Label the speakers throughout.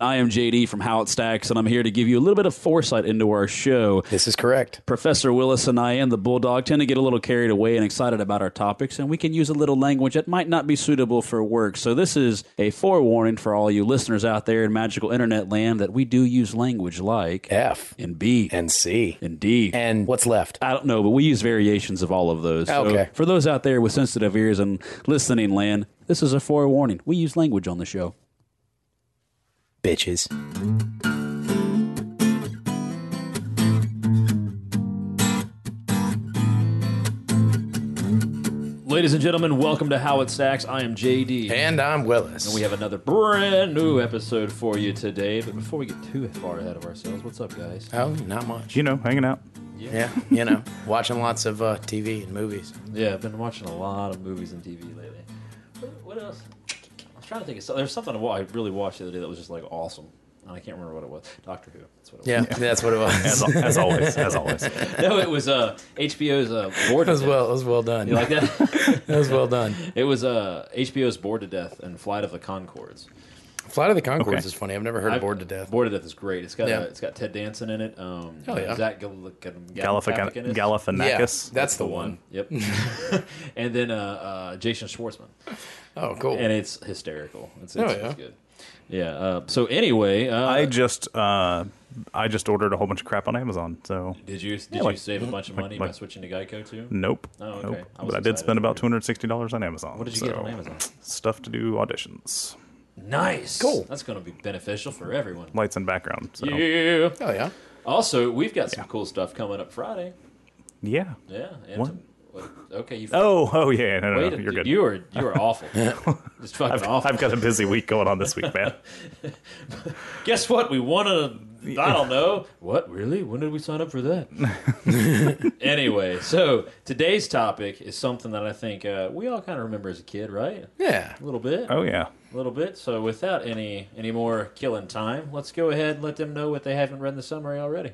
Speaker 1: I am JD from How It Stacks, and I'm here to give you a little bit of foresight into our show.
Speaker 2: This is correct.
Speaker 1: Professor Willis and I and the Bulldog tend to get a little carried away and excited about our topics, and we can use a little language that might not be suitable for work. So, this is a forewarning for all you listeners out there in magical internet land that we do use language like
Speaker 2: F
Speaker 1: and B
Speaker 2: and C
Speaker 1: and D.
Speaker 2: and what's left?
Speaker 1: I don't know, but we use variations of all of those.
Speaker 2: Okay.
Speaker 1: So, for those out there with sensitive ears and listening land, this is a forewarning. We use language on the show.
Speaker 2: Bitches.
Speaker 1: Ladies and gentlemen, welcome to How It Stacks. I am JD.
Speaker 2: And I'm Willis.
Speaker 1: We have another brand new episode for you today. But before we get too far ahead of ourselves, what's up, guys?
Speaker 2: oh, not much.
Speaker 3: you know, hanging out.
Speaker 2: Yeah, you know, watching lots of uh, TV and movies.
Speaker 1: Yeah, I've been watching a lot of movies and TV lately. What, what else? I was trying to think of something. There's something I really watched the other day that was just like awesome. And I can't remember what it was. Doctor Who. That's what it was.
Speaker 2: Yeah, that's what it
Speaker 3: As,
Speaker 2: was.
Speaker 3: al- as always, as always.
Speaker 1: no, it was uh, HBO's uh, Bored to
Speaker 2: It was
Speaker 1: Death.
Speaker 2: well, it was well done.
Speaker 1: You like that?
Speaker 2: It was well done.
Speaker 1: it was uh, HBO's Bored to Death and Flight of the Concords.
Speaker 2: Flight of the Concords
Speaker 3: Okay.
Speaker 2: is funny. I've never heard
Speaker 1: I-
Speaker 2: of Bored to Death.
Speaker 1: Bored to Death is great. It's got
Speaker 2: Yeah.
Speaker 1: uh, it's got Ted Danson in it. Um,
Speaker 2: Oh, yeah.
Speaker 1: Zach Galifian-
Speaker 3: Galifian-
Speaker 1: Galifianakis.
Speaker 2: yeah,
Speaker 3: Galifianakis.
Speaker 2: that's the one.
Speaker 1: Yep. and then uh, uh, Jason Schwartzman,
Speaker 2: Oh, cool.
Speaker 1: and it's hysterical. It's,
Speaker 2: Oh,
Speaker 1: it's,
Speaker 2: yeah.
Speaker 1: it's good. Yeah. Uh, so anyway, uh,
Speaker 3: I just, uh, I just ordered a whole bunch of crap on Amazon. So,
Speaker 1: did you did you
Speaker 3: like-
Speaker 1: save a bunch of money by
Speaker 3: like-
Speaker 1: switching to Geico too?
Speaker 3: nope,
Speaker 1: Oh, okay.
Speaker 3: nope.
Speaker 1: I was
Speaker 3: but I did
Speaker 1: excited
Speaker 3: spend
Speaker 1: for
Speaker 3: about
Speaker 1: you.
Speaker 3: two hundred sixty dollars on Amazon.
Speaker 1: What did you get on Amazon?
Speaker 3: Stuff to do auditions,
Speaker 1: Nice.
Speaker 2: Cool.
Speaker 1: That's going to be beneficial for everyone.
Speaker 3: lights and background. So,
Speaker 1: Yeah.
Speaker 2: oh yeah.
Speaker 1: Also, we've got some cool stuff coming up Friday.
Speaker 3: yeah.
Speaker 1: Yeah. And
Speaker 3: What?
Speaker 1: some- what- okay. You.
Speaker 3: Oh, oh yeah. No, no,
Speaker 1: Wait,
Speaker 3: no, you're good.
Speaker 1: You are you are awful. Just fucking
Speaker 3: I've,
Speaker 1: awful.
Speaker 3: I've got a busy week going on this week, man.
Speaker 1: Guess what? We won a. I don't know. What? Really? When did we sign up for that? anyway, so today's topic is something that I think uh, we all kind of remember as a kid, right?
Speaker 2: Yeah.
Speaker 1: A little bit.
Speaker 3: Oh yeah.
Speaker 1: A little bit. So without any, any more killing time, let's go ahead and let them know what they haven't read in the summary already.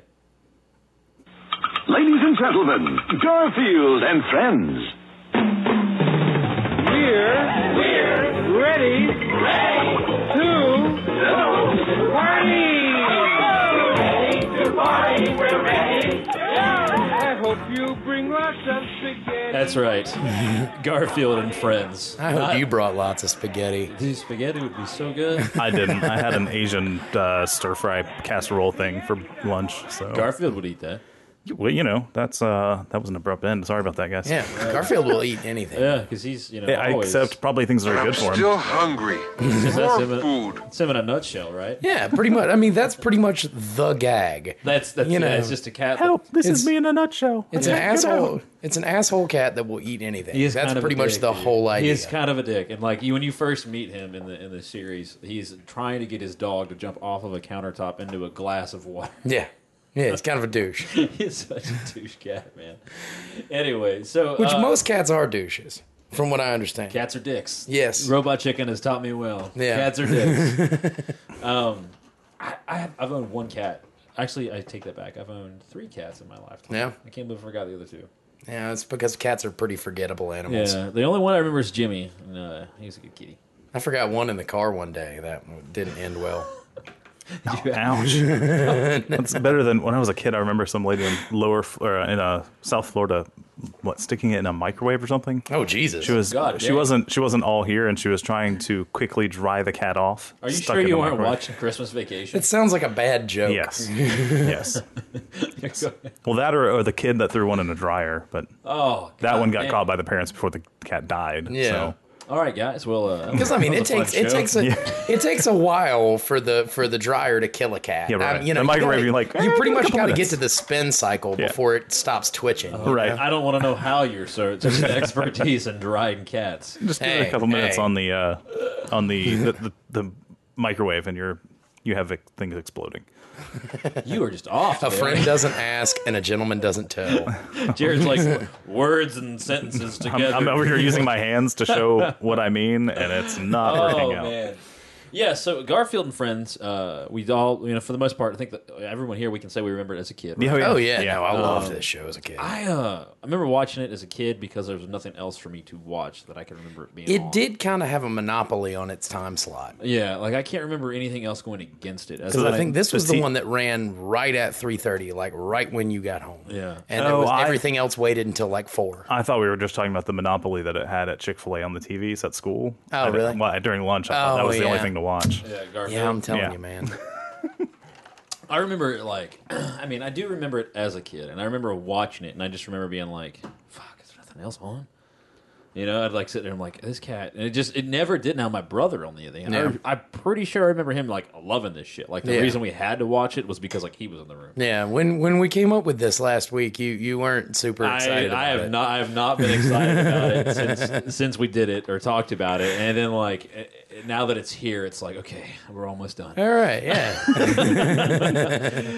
Speaker 4: Ladies and gentlemen, Garfield and friends. We're, we're ready, to, party. to party. We're ready to I hope you bring lots of spaghetti.
Speaker 1: That's right. Garfield and friends.
Speaker 2: I hope you brought lots of spaghetti.
Speaker 1: Dude, spaghetti would be so good.
Speaker 3: I didn't. I had an Asian uh, stir fry casserole thing for lunch. So,
Speaker 1: Garfield would eat that.
Speaker 3: well, you know, that's uh, that was an abrupt end. Sorry about that, guys.
Speaker 2: Yeah, Garfield will eat anything.
Speaker 1: Yeah, because he's you know
Speaker 3: Yeah, I
Speaker 1: always.
Speaker 3: accept probably things that are good for him.
Speaker 5: Still hungry.
Speaker 1: 'cause that's
Speaker 5: More
Speaker 1: him in-
Speaker 5: food.
Speaker 1: That's him in a nutshell, right?
Speaker 2: Yeah, pretty much. I mean, that's pretty much the gag.
Speaker 1: That's that's
Speaker 2: You
Speaker 1: yeah,
Speaker 2: know.
Speaker 1: it's just a cat.
Speaker 3: Help! This
Speaker 2: It's-
Speaker 3: is me in a nutshell.
Speaker 2: It's an asshole. It's an asshole cat that will eat anything.
Speaker 1: He is
Speaker 2: That's
Speaker 1: kind of a
Speaker 2: pretty much
Speaker 1: dick,
Speaker 2: the
Speaker 1: dude.
Speaker 2: whole idea.
Speaker 1: He is kind of a dick, and like you, when you first meet him in the in the series, he's trying to get his dog to jump off of a countertop into a glass of water.
Speaker 2: yeah, yeah. He's kind of a douche.
Speaker 1: he's such a douche cat, man. Anyway, so
Speaker 2: Which
Speaker 1: uh,
Speaker 2: most cats are douches, from what I understand.
Speaker 1: cats are dicks.
Speaker 2: Yes.
Speaker 1: Robot Chicken has taught me well.
Speaker 2: Yeah.
Speaker 1: Cats are dicks. um, I, I have, I've owned one cat. Actually, I take that back. I've owned three cats in my lifetime.
Speaker 2: Yeah.
Speaker 1: I can't believe I forgot the other two.
Speaker 2: Yeah, it's because cats are pretty forgettable animals.
Speaker 1: Yeah, the only one I remember is Jimmy. And, uh, he was a good kitty.
Speaker 2: I forgot one in the car one day that didn't end well.
Speaker 3: Ouch. That's better than when I was a kid. I remember some lady in lower F- or in uh, South Florida, what sticking it in a microwave or something.
Speaker 2: Oh Jesus!
Speaker 3: She was
Speaker 1: God
Speaker 3: she
Speaker 1: dang.
Speaker 3: wasn't she wasn't all here, and she was trying to quickly dry the cat off.
Speaker 1: Are you
Speaker 3: stuck
Speaker 1: sure
Speaker 3: in
Speaker 1: you
Speaker 3: the
Speaker 1: weren't
Speaker 3: microwave.
Speaker 1: watching Christmas Vacation?
Speaker 2: It sounds like a bad joke.
Speaker 3: Yes, yes. Well, that or, or the kid that threw one in a dryer, but
Speaker 1: oh,
Speaker 3: that
Speaker 1: God
Speaker 3: one got
Speaker 1: damn.
Speaker 3: caught by the parents before the cat died.
Speaker 2: Yeah.
Speaker 3: So.
Speaker 1: All right, guys. Well, uh,
Speaker 2: Because I mean,
Speaker 1: that
Speaker 2: it
Speaker 1: was a fun
Speaker 2: takes it
Speaker 1: show.
Speaker 2: takes a it takes a while for the for the dryer to kill a cat.
Speaker 3: Yeah, right.
Speaker 2: Um, you know,
Speaker 3: The microwave,
Speaker 2: you,
Speaker 3: you're
Speaker 2: gotta-
Speaker 3: like,
Speaker 2: you
Speaker 3: "Eh,
Speaker 2: pretty
Speaker 3: give it a
Speaker 2: much
Speaker 3: couple
Speaker 2: got to get
Speaker 3: minutes."
Speaker 2: to the spin cycle
Speaker 3: Yeah.
Speaker 2: before it stops twitching.
Speaker 3: Right.
Speaker 1: I don't want to know how you're so such an expertise in drying cats.
Speaker 3: just give it
Speaker 2: Hey,
Speaker 3: a couple minutes
Speaker 2: hey.
Speaker 3: on the uh, on the the, the the microwave, and you're you have ex- things exploding.
Speaker 1: You are just off.
Speaker 2: A
Speaker 1: man.
Speaker 2: friend doesn't ask, and a gentleman doesn't tell.
Speaker 1: Jared's like words and sentences together.
Speaker 3: I'm over here using my hands to show what I mean, and it's not
Speaker 1: oh
Speaker 3: working out.
Speaker 1: man. Yeah, so Garfield and Friends, uh, we all, you know, for the most part, I think that everyone here we can say we remember it as a kid. right?
Speaker 2: Oh yeah, no, I loved this show as a kid.
Speaker 1: I uh, I remember watching it as a kid because there was nothing else for me to watch that I can remember it being. on.
Speaker 2: it did kind of have a monopoly on its time slot
Speaker 1: Yeah, like I can't remember anything else going against it. As
Speaker 2: because
Speaker 1: like,
Speaker 2: I think this
Speaker 3: the
Speaker 2: was the
Speaker 3: te-
Speaker 2: one that ran right at three thirty, like right when you got home.
Speaker 1: Yeah.
Speaker 2: and it
Speaker 3: Oh,
Speaker 2: was
Speaker 3: I-
Speaker 2: everything else waited until like four.
Speaker 3: I thought we were just talking about the monopoly that it had at Chick Fil A on the TVs at school.
Speaker 2: Oh,
Speaker 3: I didn't-
Speaker 2: really?
Speaker 3: Well, during lunch, I thought that
Speaker 2: Oh,
Speaker 3: was the only
Speaker 2: yeah.
Speaker 3: thing to watch.
Speaker 1: yeah, Garfield.
Speaker 2: Yeah, I'm telling
Speaker 3: Yeah.
Speaker 2: you, man.
Speaker 1: I remember it like, I mean, I do remember it as a kid, and I remember watching it, and I just remember being like, "Fuck, is there nothing else on?" You know, I'd like sit there, and I'm like, "This cat," and it just it never did. Now my brother on the other hand,
Speaker 2: Yeah.
Speaker 1: I, I'm pretty sure I remember him like loving this shit. Like the
Speaker 2: Yeah.
Speaker 1: reason we had to watch it was because like he was in the room.
Speaker 2: Yeah, when when we came up with this last week, you you weren't super
Speaker 1: I,
Speaker 2: excited.
Speaker 1: I
Speaker 2: about
Speaker 1: have
Speaker 2: it.
Speaker 1: not I have not been excited about it since since we did it or talked about it, and then like eh, eh, now that it's here, it's like okay, we're almost done.
Speaker 2: All right, yeah.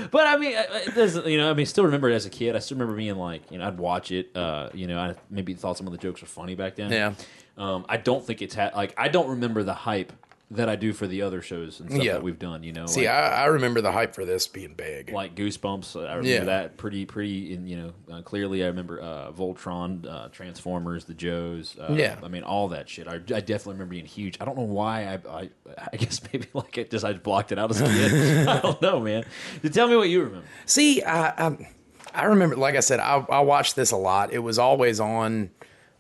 Speaker 1: But I mean, I- I- it doesn't you know? I mean, still remember it as a kid. I still remember being like, you know, I'd watch it. Uh, you know, I maybe thought some of the jokes were funny back then.
Speaker 2: Yeah.
Speaker 1: Um, I don't think it's ha- like I don't remember the hype that I do for the other shows and stuff
Speaker 2: Yeah.
Speaker 1: that we've done. You know,
Speaker 2: See,
Speaker 1: like,
Speaker 2: I, I remember the hype for this being big.
Speaker 1: like Goosebumps, uh, I remember
Speaker 2: Yeah.
Speaker 1: that pretty pretty. And you know, uh, clearly I remember uh, Voltron, uh, Transformers, the Joes. Uh,
Speaker 2: Yeah.
Speaker 1: I mean, all that shit. I, I definitely remember being huge. I don't know why. I I, I guess maybe like it just I blocked it out as a kid. I don't know, man. Tell me what you remember.
Speaker 2: See, I, I I remember, like I said, I, I watched this a lot. It was always on.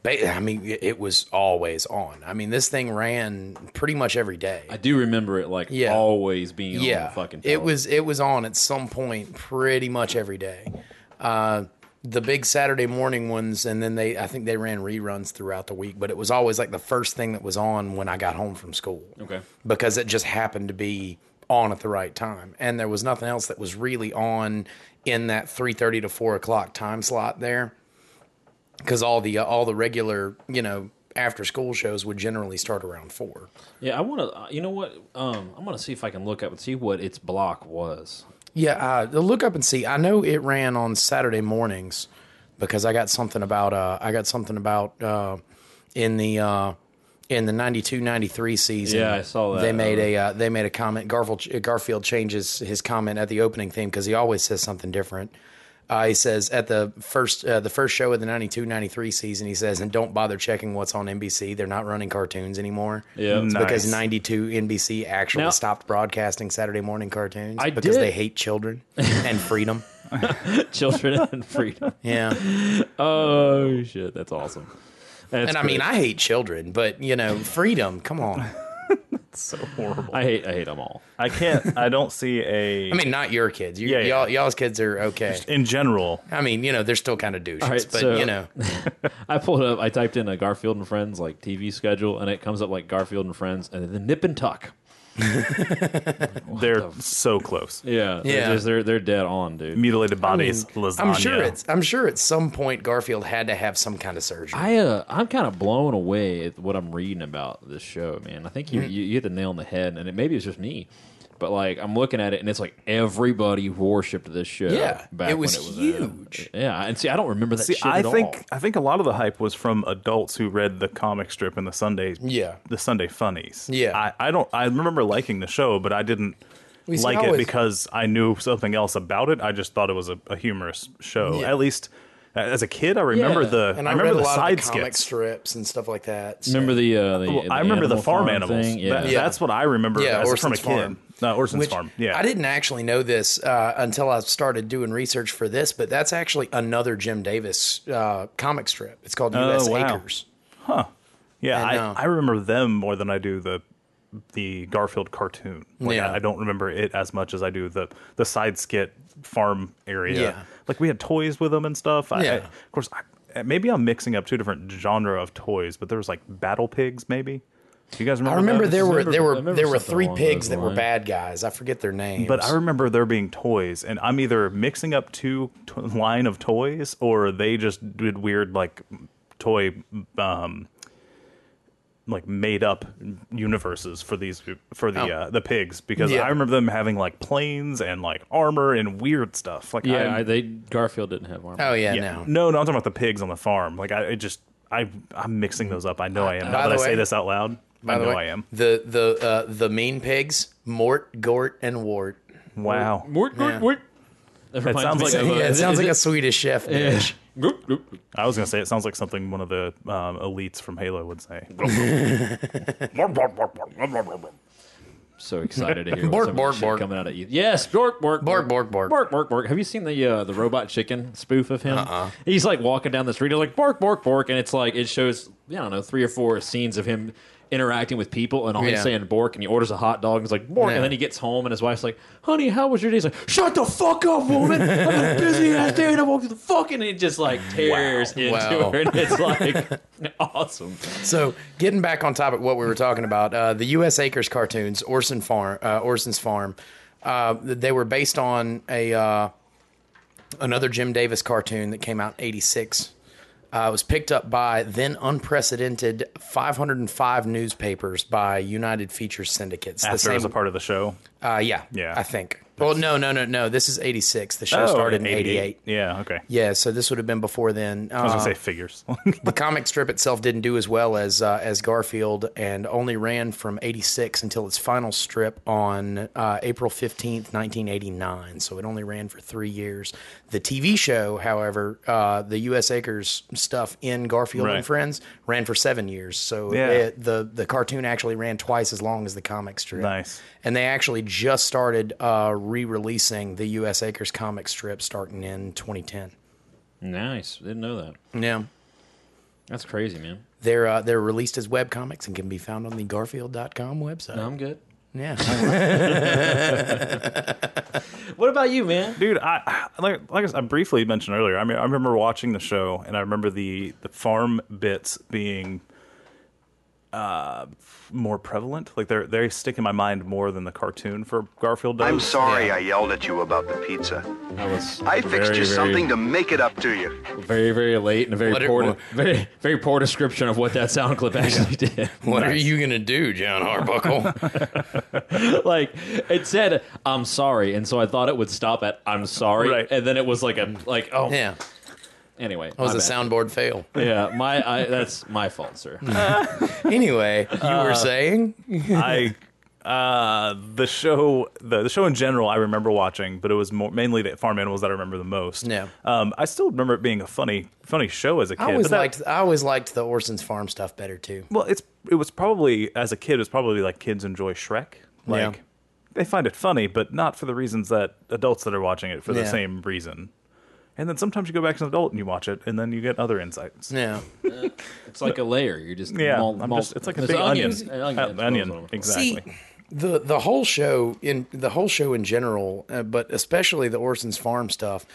Speaker 2: ba- I mean, it- it was always on. I mean, this thing ran pretty much every day.
Speaker 1: I do remember it like
Speaker 2: Yeah.
Speaker 1: always being on
Speaker 2: yeah,
Speaker 1: the fucking.
Speaker 2: it
Speaker 1: television.
Speaker 2: was it was on at some point pretty much every day. Uh, the big Saturday morning ones, and then they I think they ran reruns throughout the week, but it was always like the first thing that was on when I got home from school.
Speaker 1: Okay.
Speaker 2: because it just happened to be on at the right time, and there was nothing else that was really on in that three thirty to four o'clock time slot there, because all the uh, all the regular you know after school shows would generally start around four.
Speaker 1: Yeah, I want to. You know what? Um, I'm gonna see if I can look up and see what its block was.
Speaker 2: Yeah, uh, the look up and see. I know it ran on Saturday mornings because I got something about uh, I got something about uh, in the uh, in the 92-93 season.
Speaker 1: Yeah, I saw that.
Speaker 2: They made a uh, they made a comment. Garfield uh, Garfield changes his comment at the opening theme because he always says something different. Uh, he says at the first uh, the first show of the 92-93 season, he says, "And don't bother checking what's on NBC. They're not running cartoons anymore."
Speaker 1: Yeah.
Speaker 2: It's because
Speaker 3: Nice.
Speaker 2: 92 NBC actually
Speaker 1: Now-
Speaker 2: stopped broadcasting Saturday morning cartoons
Speaker 1: I
Speaker 2: because
Speaker 1: did.
Speaker 2: they hate children and freedom.
Speaker 1: Children and freedom.
Speaker 2: Yeah.
Speaker 1: Oh shit, that's awesome. That's
Speaker 2: and I mean,
Speaker 1: great.
Speaker 2: I hate children, but you know, freedom, come on.
Speaker 3: So horrible.
Speaker 1: I hate I hate them all.
Speaker 3: I can't. I don't see a.
Speaker 2: I mean, not your kids. You,
Speaker 3: Yeah, yeah.
Speaker 2: Y'all, y'all's kids are okay.
Speaker 3: in general,
Speaker 2: I mean, you know, they're still kind of douches,
Speaker 1: right,
Speaker 2: but
Speaker 1: so-
Speaker 2: you know,
Speaker 1: I pulled up. I typed in a Garfield and Friends like TV schedule, and it comes up like Garfield and Friends, and then Nip and Tuck.
Speaker 3: they're so close.
Speaker 1: Yeah,
Speaker 2: Yeah.
Speaker 1: They're, just- they're they're dead on, dude.
Speaker 3: Mutilated bodies, lasagna.
Speaker 2: I'm sure it's I'm sure at some point Garfield had to have some kind of surgery.
Speaker 1: I uh, I'm kind of blown away at what I'm reading about this show, man. I think you you, you hit the nail on the head, and it, maybe it's just me, but like I'm looking at it, and it's like everybody worshipped this show.
Speaker 2: Yeah,
Speaker 1: back
Speaker 2: it was
Speaker 1: when it was
Speaker 2: huge.
Speaker 1: Out. Yeah, and see, I don't remember that.
Speaker 3: See,
Speaker 1: shit
Speaker 3: I
Speaker 1: at
Speaker 3: think
Speaker 1: all.
Speaker 3: I think a lot of the hype was from adults who read the comic strip and the Sunday
Speaker 2: Yeah.
Speaker 3: the Sunday funnies.
Speaker 2: Yeah.
Speaker 3: I, I don't I remember liking the show, but I didn't
Speaker 2: We
Speaker 3: like it
Speaker 2: always-
Speaker 3: because I knew something else about it. I just thought it was a, a humorous show.
Speaker 2: Yeah.
Speaker 3: At least uh, as a kid, I remember
Speaker 1: Yeah.
Speaker 3: the
Speaker 2: and
Speaker 3: I
Speaker 2: I,
Speaker 3: remember
Speaker 2: read
Speaker 3: the
Speaker 2: a lot
Speaker 3: side
Speaker 2: of the comic
Speaker 3: skits.
Speaker 2: strips and stuff like that. so-
Speaker 1: Remember the uh, the,
Speaker 3: Well, I remember the
Speaker 1: animal
Speaker 3: farm, animals.
Speaker 1: thing? Yeah.
Speaker 3: That- That's what I remember
Speaker 2: Yeah,
Speaker 3: as
Speaker 2: Orson's
Speaker 3: from a kid.
Speaker 2: Farm.
Speaker 3: No, Orson's
Speaker 2: Which
Speaker 3: Farm. Yeah.
Speaker 2: I didn't actually know this uh, until I started doing research for this, but that's actually another Jim Davis uh, comic strip. It's called U.S.
Speaker 3: Oh, wow.
Speaker 2: Acres.
Speaker 3: Yeah,
Speaker 2: I know.
Speaker 3: I, I remember them more than I do the the Garfield cartoon. Like,
Speaker 2: Yeah.
Speaker 3: I, I don't remember it as much as I do the the side skit farm area.
Speaker 2: Yeah.
Speaker 3: Like we had toys with them and stuff. I,
Speaker 2: Yeah.
Speaker 3: I- of course, I, maybe I'm mixing up two different genre of toys, but there was like battle pigs. Maybe do you guys remember?
Speaker 2: I remember
Speaker 3: that?
Speaker 2: there were
Speaker 1: remember-
Speaker 2: there
Speaker 1: I
Speaker 2: were
Speaker 1: remember
Speaker 2: there were
Speaker 1: something
Speaker 2: three
Speaker 1: along
Speaker 2: pigs
Speaker 1: those
Speaker 2: that were
Speaker 1: lines.
Speaker 2: bad guys. I forget their names.
Speaker 3: But I remember there being toys, and I'm either mixing up two t- line of toys, or they just did weird like toy, um, like made up universes for these for the
Speaker 2: Oh.
Speaker 3: uh, the pigs because
Speaker 2: Yeah.
Speaker 3: I remember them having like planes and like armor and weird stuff. Like
Speaker 1: Yeah,
Speaker 3: I,
Speaker 1: I, they Garfield didn't have armor.
Speaker 2: oh yeah,
Speaker 3: yeah.
Speaker 2: no.
Speaker 3: no, no, I'm talking about the pigs on the farm. Like I it just I I'm mixing those up. I know I am. Now
Speaker 2: Uh, By
Speaker 3: that
Speaker 2: the
Speaker 3: I say
Speaker 2: way-
Speaker 3: this out loud,
Speaker 2: By
Speaker 3: I
Speaker 2: the
Speaker 3: know
Speaker 2: way,
Speaker 3: I am.
Speaker 2: The the uh, the mean pigs, Mort, Gort, and Wart.
Speaker 3: Wow.
Speaker 1: Mort,
Speaker 2: Yeah.
Speaker 1: mort, mort. That, reminds
Speaker 3: sounds
Speaker 1: me
Speaker 3: like-
Speaker 1: of,
Speaker 2: Yeah,
Speaker 1: uh,
Speaker 2: it sounds
Speaker 1: is
Speaker 2: like a Swedish chef dish.
Speaker 1: Group, group.
Speaker 3: I was gonna say it sounds like something one of the um, elites from Halo would say.
Speaker 1: So excited to hear
Speaker 2: Bork,
Speaker 1: bork, some
Speaker 2: bork,
Speaker 1: bork,
Speaker 2: bork.
Speaker 1: coming out at you. Yes, bork, bork,
Speaker 2: Bork, bork, bork.
Speaker 1: bork, bork, bork. Have you seen the uh, the robot chicken spoof of him? Uh-uh. He's like walking down the street, he's like bork, bork, bork, and it's like it shows I don't know three or four scenes of him interacting with people, and all
Speaker 2: Yeah.
Speaker 1: he's saying bork, and he orders a hot dog, and he's like bork,
Speaker 2: Yeah.
Speaker 1: and then he gets home, and his wife's like, "Honey, how was your day?" He's like, "Shut the fuck up, woman! I've been busy ass day, and I woke up the fucking," and he just like tears into
Speaker 2: Wow.
Speaker 1: her, and it's like awesome.
Speaker 2: So, getting back on topic, what we were talking about, uh, the U.S. Acres cartoons, Orson Farm, uh, Orson's Farm, uh, they were based on a uh, another Jim Davis cartoon that came out in '86. Uh, it was picked up by then unprecedented 505 newspapers by United Features Syndicates.
Speaker 3: After it was a part of the show.
Speaker 2: uh, yeah,
Speaker 3: Yeah.
Speaker 2: I think. Well, no, no, no, no. This is '86. The show
Speaker 3: Oh,
Speaker 2: started in '88.
Speaker 3: Yeah. Okay.
Speaker 2: Yeah, so this would have been before then.
Speaker 3: I was
Speaker 2: Uh,
Speaker 3: gonna say figures.
Speaker 2: the comic strip itself didn't do as well as uh, as Garfield, and only ran from '86 until its final strip on uh, April 15th, 1989. So it only ran for three years. The TV show, however, uh, the U.S. Acres stuff in Garfield
Speaker 3: Right.
Speaker 2: and Friends ran for seven years. So
Speaker 3: Yeah.
Speaker 2: it, the the cartoon actually ran twice as long as the comic strip.
Speaker 3: Nice.
Speaker 2: And they actually just started uh, re-releasing the U.S. Acres comic strip starting in 2010.
Speaker 1: Nice, didn't know that.
Speaker 2: Yeah.
Speaker 1: That's crazy, man.
Speaker 2: They're uh, they're released as webcomics and can be found on the Garfield.com website.
Speaker 1: No, I'm good.
Speaker 2: Yeah.
Speaker 1: What about you, man?
Speaker 3: dude i like like I s- I briefly mentioned earlier i mean i remember watching the show and i remember the the farm bits being uh more prevalent like they're they stick in my mind more than the cartoon for garfield does
Speaker 6: I'm sorry I yelled at you about the pizza.
Speaker 1: I was.
Speaker 6: I fixed
Speaker 1: very,
Speaker 6: you
Speaker 1: very,
Speaker 6: something to make it up to you.
Speaker 1: very, very late and a very
Speaker 2: What it-
Speaker 1: poor,
Speaker 2: what-
Speaker 1: very, very poor description of what that sound clip actually did.
Speaker 2: what are you gonna do, John Arbuckle?
Speaker 1: like it said, "I'm sorry," and so I thought it would stop at "I'm sorry,"
Speaker 3: Right.
Speaker 1: and then it was like a like oh
Speaker 2: yeah.
Speaker 1: anyway.
Speaker 2: That was
Speaker 1: my
Speaker 2: a
Speaker 1: bad.
Speaker 2: soundboard fail.
Speaker 1: Yeah, my I, that's my fault, sir.
Speaker 2: Anyway, you were saying
Speaker 3: I uh the show the, the show in general I remember watching, but it was more, mainly the farm animals that I remember the most.
Speaker 2: Yeah.
Speaker 3: Um I still remember it being a funny funny show as a kid.
Speaker 2: I always
Speaker 3: but that-
Speaker 2: liked I always liked the Orson's Farm stuff better too.
Speaker 3: well it's it was probably as a kid it was probably like kids enjoy Shrek. Like
Speaker 2: Yeah.
Speaker 3: they find it funny, but not for the reasons that adults that are watching it for the
Speaker 2: Yeah.
Speaker 3: same reason. And then sometimes you go back as an adult and you watch it and then you get other insights.
Speaker 2: Yeah.
Speaker 1: It's like a layer. You're just
Speaker 3: Yeah,
Speaker 1: mul-
Speaker 3: I'm
Speaker 1: mul-
Speaker 3: just, it's like a
Speaker 1: There's
Speaker 3: big onion.
Speaker 1: onions-
Speaker 3: Uh,
Speaker 1: onion.
Speaker 3: onion,
Speaker 2: See,
Speaker 3: exactly.
Speaker 2: the the whole show in the whole show in general, uh, but especially the Orson's Farm stuff,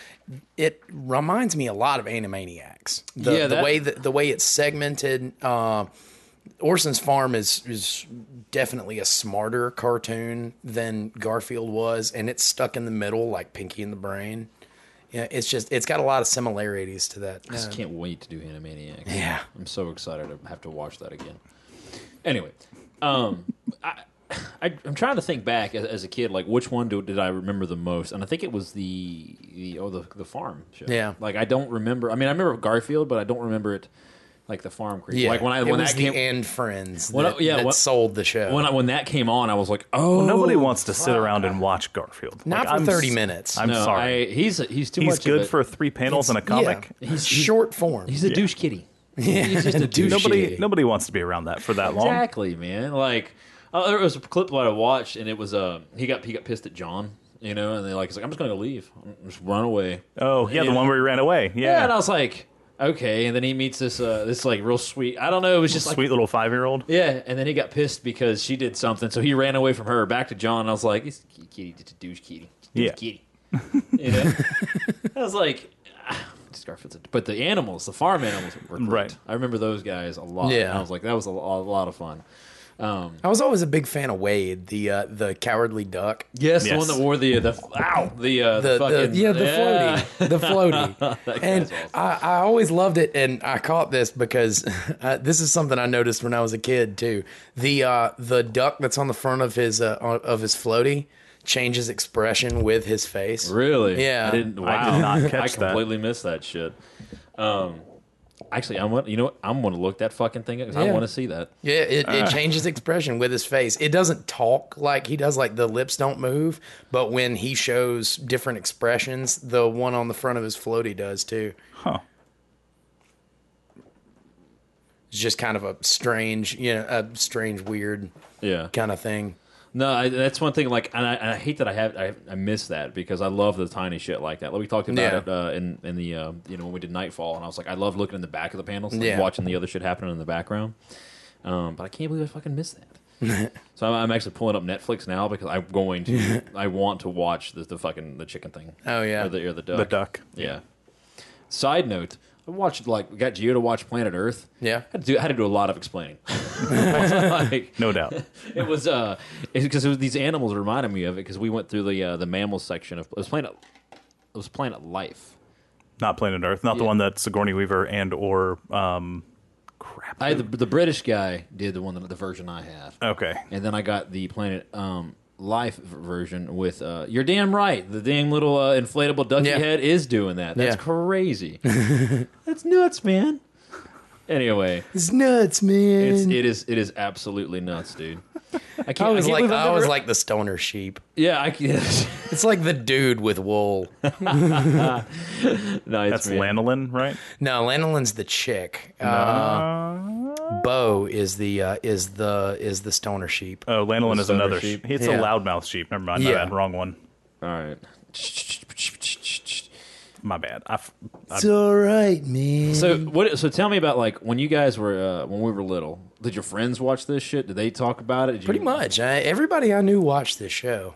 Speaker 2: it reminds me a lot of Animaniacs. The,
Speaker 1: Yeah,
Speaker 2: the
Speaker 1: that-
Speaker 2: way that the way it's segmented. Uh, Orson's Farm is is definitely a smarter cartoon than Garfield was, and it's stuck in the middle like Pinky and the Brain. Yeah, it's just it's got a lot of similarities to that. Uh,
Speaker 1: I just can't wait to do Animaniacs.
Speaker 2: Yeah.
Speaker 1: I'm so excited to have to watch that again. Anyway, um, I, I, I'm trying to think back as, as a kid, like which one do, did I remember the most? And I think it was the, the oh the the farm show.
Speaker 2: Yeah.
Speaker 1: like I don't remember. I mean, I remember Garfield, but I don't remember it like the farm creep.
Speaker 2: Yeah,
Speaker 1: like when I
Speaker 2: it
Speaker 1: when
Speaker 2: was
Speaker 1: that came
Speaker 2: the and friends
Speaker 1: When I-
Speaker 2: that,
Speaker 1: yeah,
Speaker 2: that
Speaker 1: when-
Speaker 2: sold the show.
Speaker 1: when I, when that came on, I was like, oh,
Speaker 3: Nobody wants to sit around and watch Garfield.
Speaker 2: Not
Speaker 3: Like,
Speaker 2: for
Speaker 3: I'm s-
Speaker 2: 30 minutes.
Speaker 3: I'm
Speaker 1: No,
Speaker 3: sorry.
Speaker 1: I, he's he's too
Speaker 3: He's
Speaker 1: much. of
Speaker 3: good
Speaker 1: it.
Speaker 3: for three panels and a comic.
Speaker 2: Yeah, he's short form.
Speaker 1: He's a douche kitty. He's just a douche.
Speaker 3: Nobody,
Speaker 2: Shitty.
Speaker 3: nobody wants to be around that for that long.
Speaker 1: Exactly, man. Like uh, there was a clip that I watched, and it was uh, he got he got pissed at John, you know, and they like he's like I'm just gonna leave, I'm just run away.
Speaker 3: Oh, yeah, the
Speaker 1: Yeah.
Speaker 3: one where he ran away.
Speaker 1: yeah,
Speaker 3: Yeah,
Speaker 1: and I was like, okay. And then he meets this uh, this like real sweet. I don't know. It was just like,
Speaker 3: sweet little five year old.
Speaker 1: yeah. And then he got pissed because she did something, so he ran away from her back to John. And I was like, he's a kitty, just a douche kitty, just a
Speaker 3: Yeah.
Speaker 1: kitty. You know, I was like. ah, Garfield's a- But the animals, the farm animals, were great.
Speaker 3: Right.
Speaker 1: I remember those guys a lot.
Speaker 2: Yeah.
Speaker 1: I was like, that was a, lo- a lot of fun.
Speaker 2: I was always a big fan of Wade, the uh, the cowardly duck.
Speaker 1: Yes, the
Speaker 3: Yes.
Speaker 1: one that wore the uh, the ow the uh, the,
Speaker 2: The,
Speaker 1: fucking
Speaker 2: the, yeah, the floaty, the floaty, and
Speaker 1: awesome.
Speaker 2: I, I always loved it. And I caught this because uh, this is something I noticed when I was a kid too. The uh, the duck that's on the front of his uh, on- of his floaty changes expression with his face.
Speaker 1: Really?
Speaker 2: Yeah.
Speaker 1: I didn't. Wow,
Speaker 3: I did not catch
Speaker 1: I
Speaker 3: that.
Speaker 1: completely missed that shit. Um, Actually, I want you know what? I'm going to look that fucking thing up because I
Speaker 2: Yeah.
Speaker 1: want to see that.
Speaker 2: Yeah, it,
Speaker 3: Uh.
Speaker 2: it changes expression with his face. It doesn't talk like he does, like the lips don't move. But when he shows different expressions, the one on the front of his floaty does too.
Speaker 3: Huh.
Speaker 2: It's just kind of a strange, you know, a strange, weird
Speaker 1: Yeah.
Speaker 2: kind of thing.
Speaker 1: No, I, that's one thing. Like, and I, and I hate that I have I, I miss that because I love the tiny shit like that. Like we talked about
Speaker 2: Yeah.
Speaker 1: it uh, in in the uh, you know when we did Nightfall, and I was like, I love looking in the back of the panels, like,
Speaker 2: Yeah.
Speaker 1: watching the other shit happening in the background. Um, but I can't believe I fucking missed that. so I'm, I'm actually pulling up Netflix now because I'm going to I want to watch the, the fucking the chicken thing.
Speaker 2: Oh, yeah.
Speaker 1: or the, or the duck.
Speaker 3: The duck.
Speaker 1: Yeah. Side note, I watched like got Geo to watch Planet Earth.
Speaker 2: Yeah.
Speaker 1: had to do had to do a lot of explaining. Like,
Speaker 3: No doubt.
Speaker 1: it was uh, because it was these animals reminded me of it because we went through the uh, the mammal section of it was Planet it was Planet Life.
Speaker 3: Not Planet Earth. Not the
Speaker 1: Yeah.
Speaker 3: one that Sigourney Weaver and or um, crap.
Speaker 1: I the, the British guy did the one that the version I have,
Speaker 2: Oh.
Speaker 3: okay.
Speaker 1: and then I got the Planet um Life v- version with uh, you're damn right the damn little uh, inflatable ducky
Speaker 2: Yeah.
Speaker 1: head is doing that. That's
Speaker 2: Yeah.
Speaker 1: crazy. That's nuts, man. Anyway,
Speaker 2: It's nuts, man.
Speaker 1: it's it is it is absolutely nuts, dude. I can't.
Speaker 2: I was
Speaker 1: can't
Speaker 2: like,
Speaker 1: believe
Speaker 2: I
Speaker 1: I've
Speaker 2: was
Speaker 1: never-
Speaker 2: like the stoner sheep.
Speaker 1: yeah, I can't.
Speaker 2: It's like the dude with wool.
Speaker 1: nice,
Speaker 3: That's
Speaker 1: man.
Speaker 3: Lanolin, right?
Speaker 2: No, Lanolin's the chick. Uh, Bo is the uh, is the is the stoner sheep.
Speaker 3: Oh, Lanolin is
Speaker 1: Stoner
Speaker 3: another.
Speaker 1: sheep.
Speaker 3: Sheep. It's
Speaker 2: Yeah.
Speaker 3: a loudmouth sheep. Never mind.
Speaker 2: Yeah.
Speaker 3: My bad. Wrong one.
Speaker 1: All right.
Speaker 3: My bad. I, f- I-
Speaker 2: It's all right, man.
Speaker 1: So what? So tell me about like when you guys were uh, when we were little. Did your friends watch this shit? Did they talk about it? Did you-
Speaker 2: Pretty much, I, everybody I knew watched this show.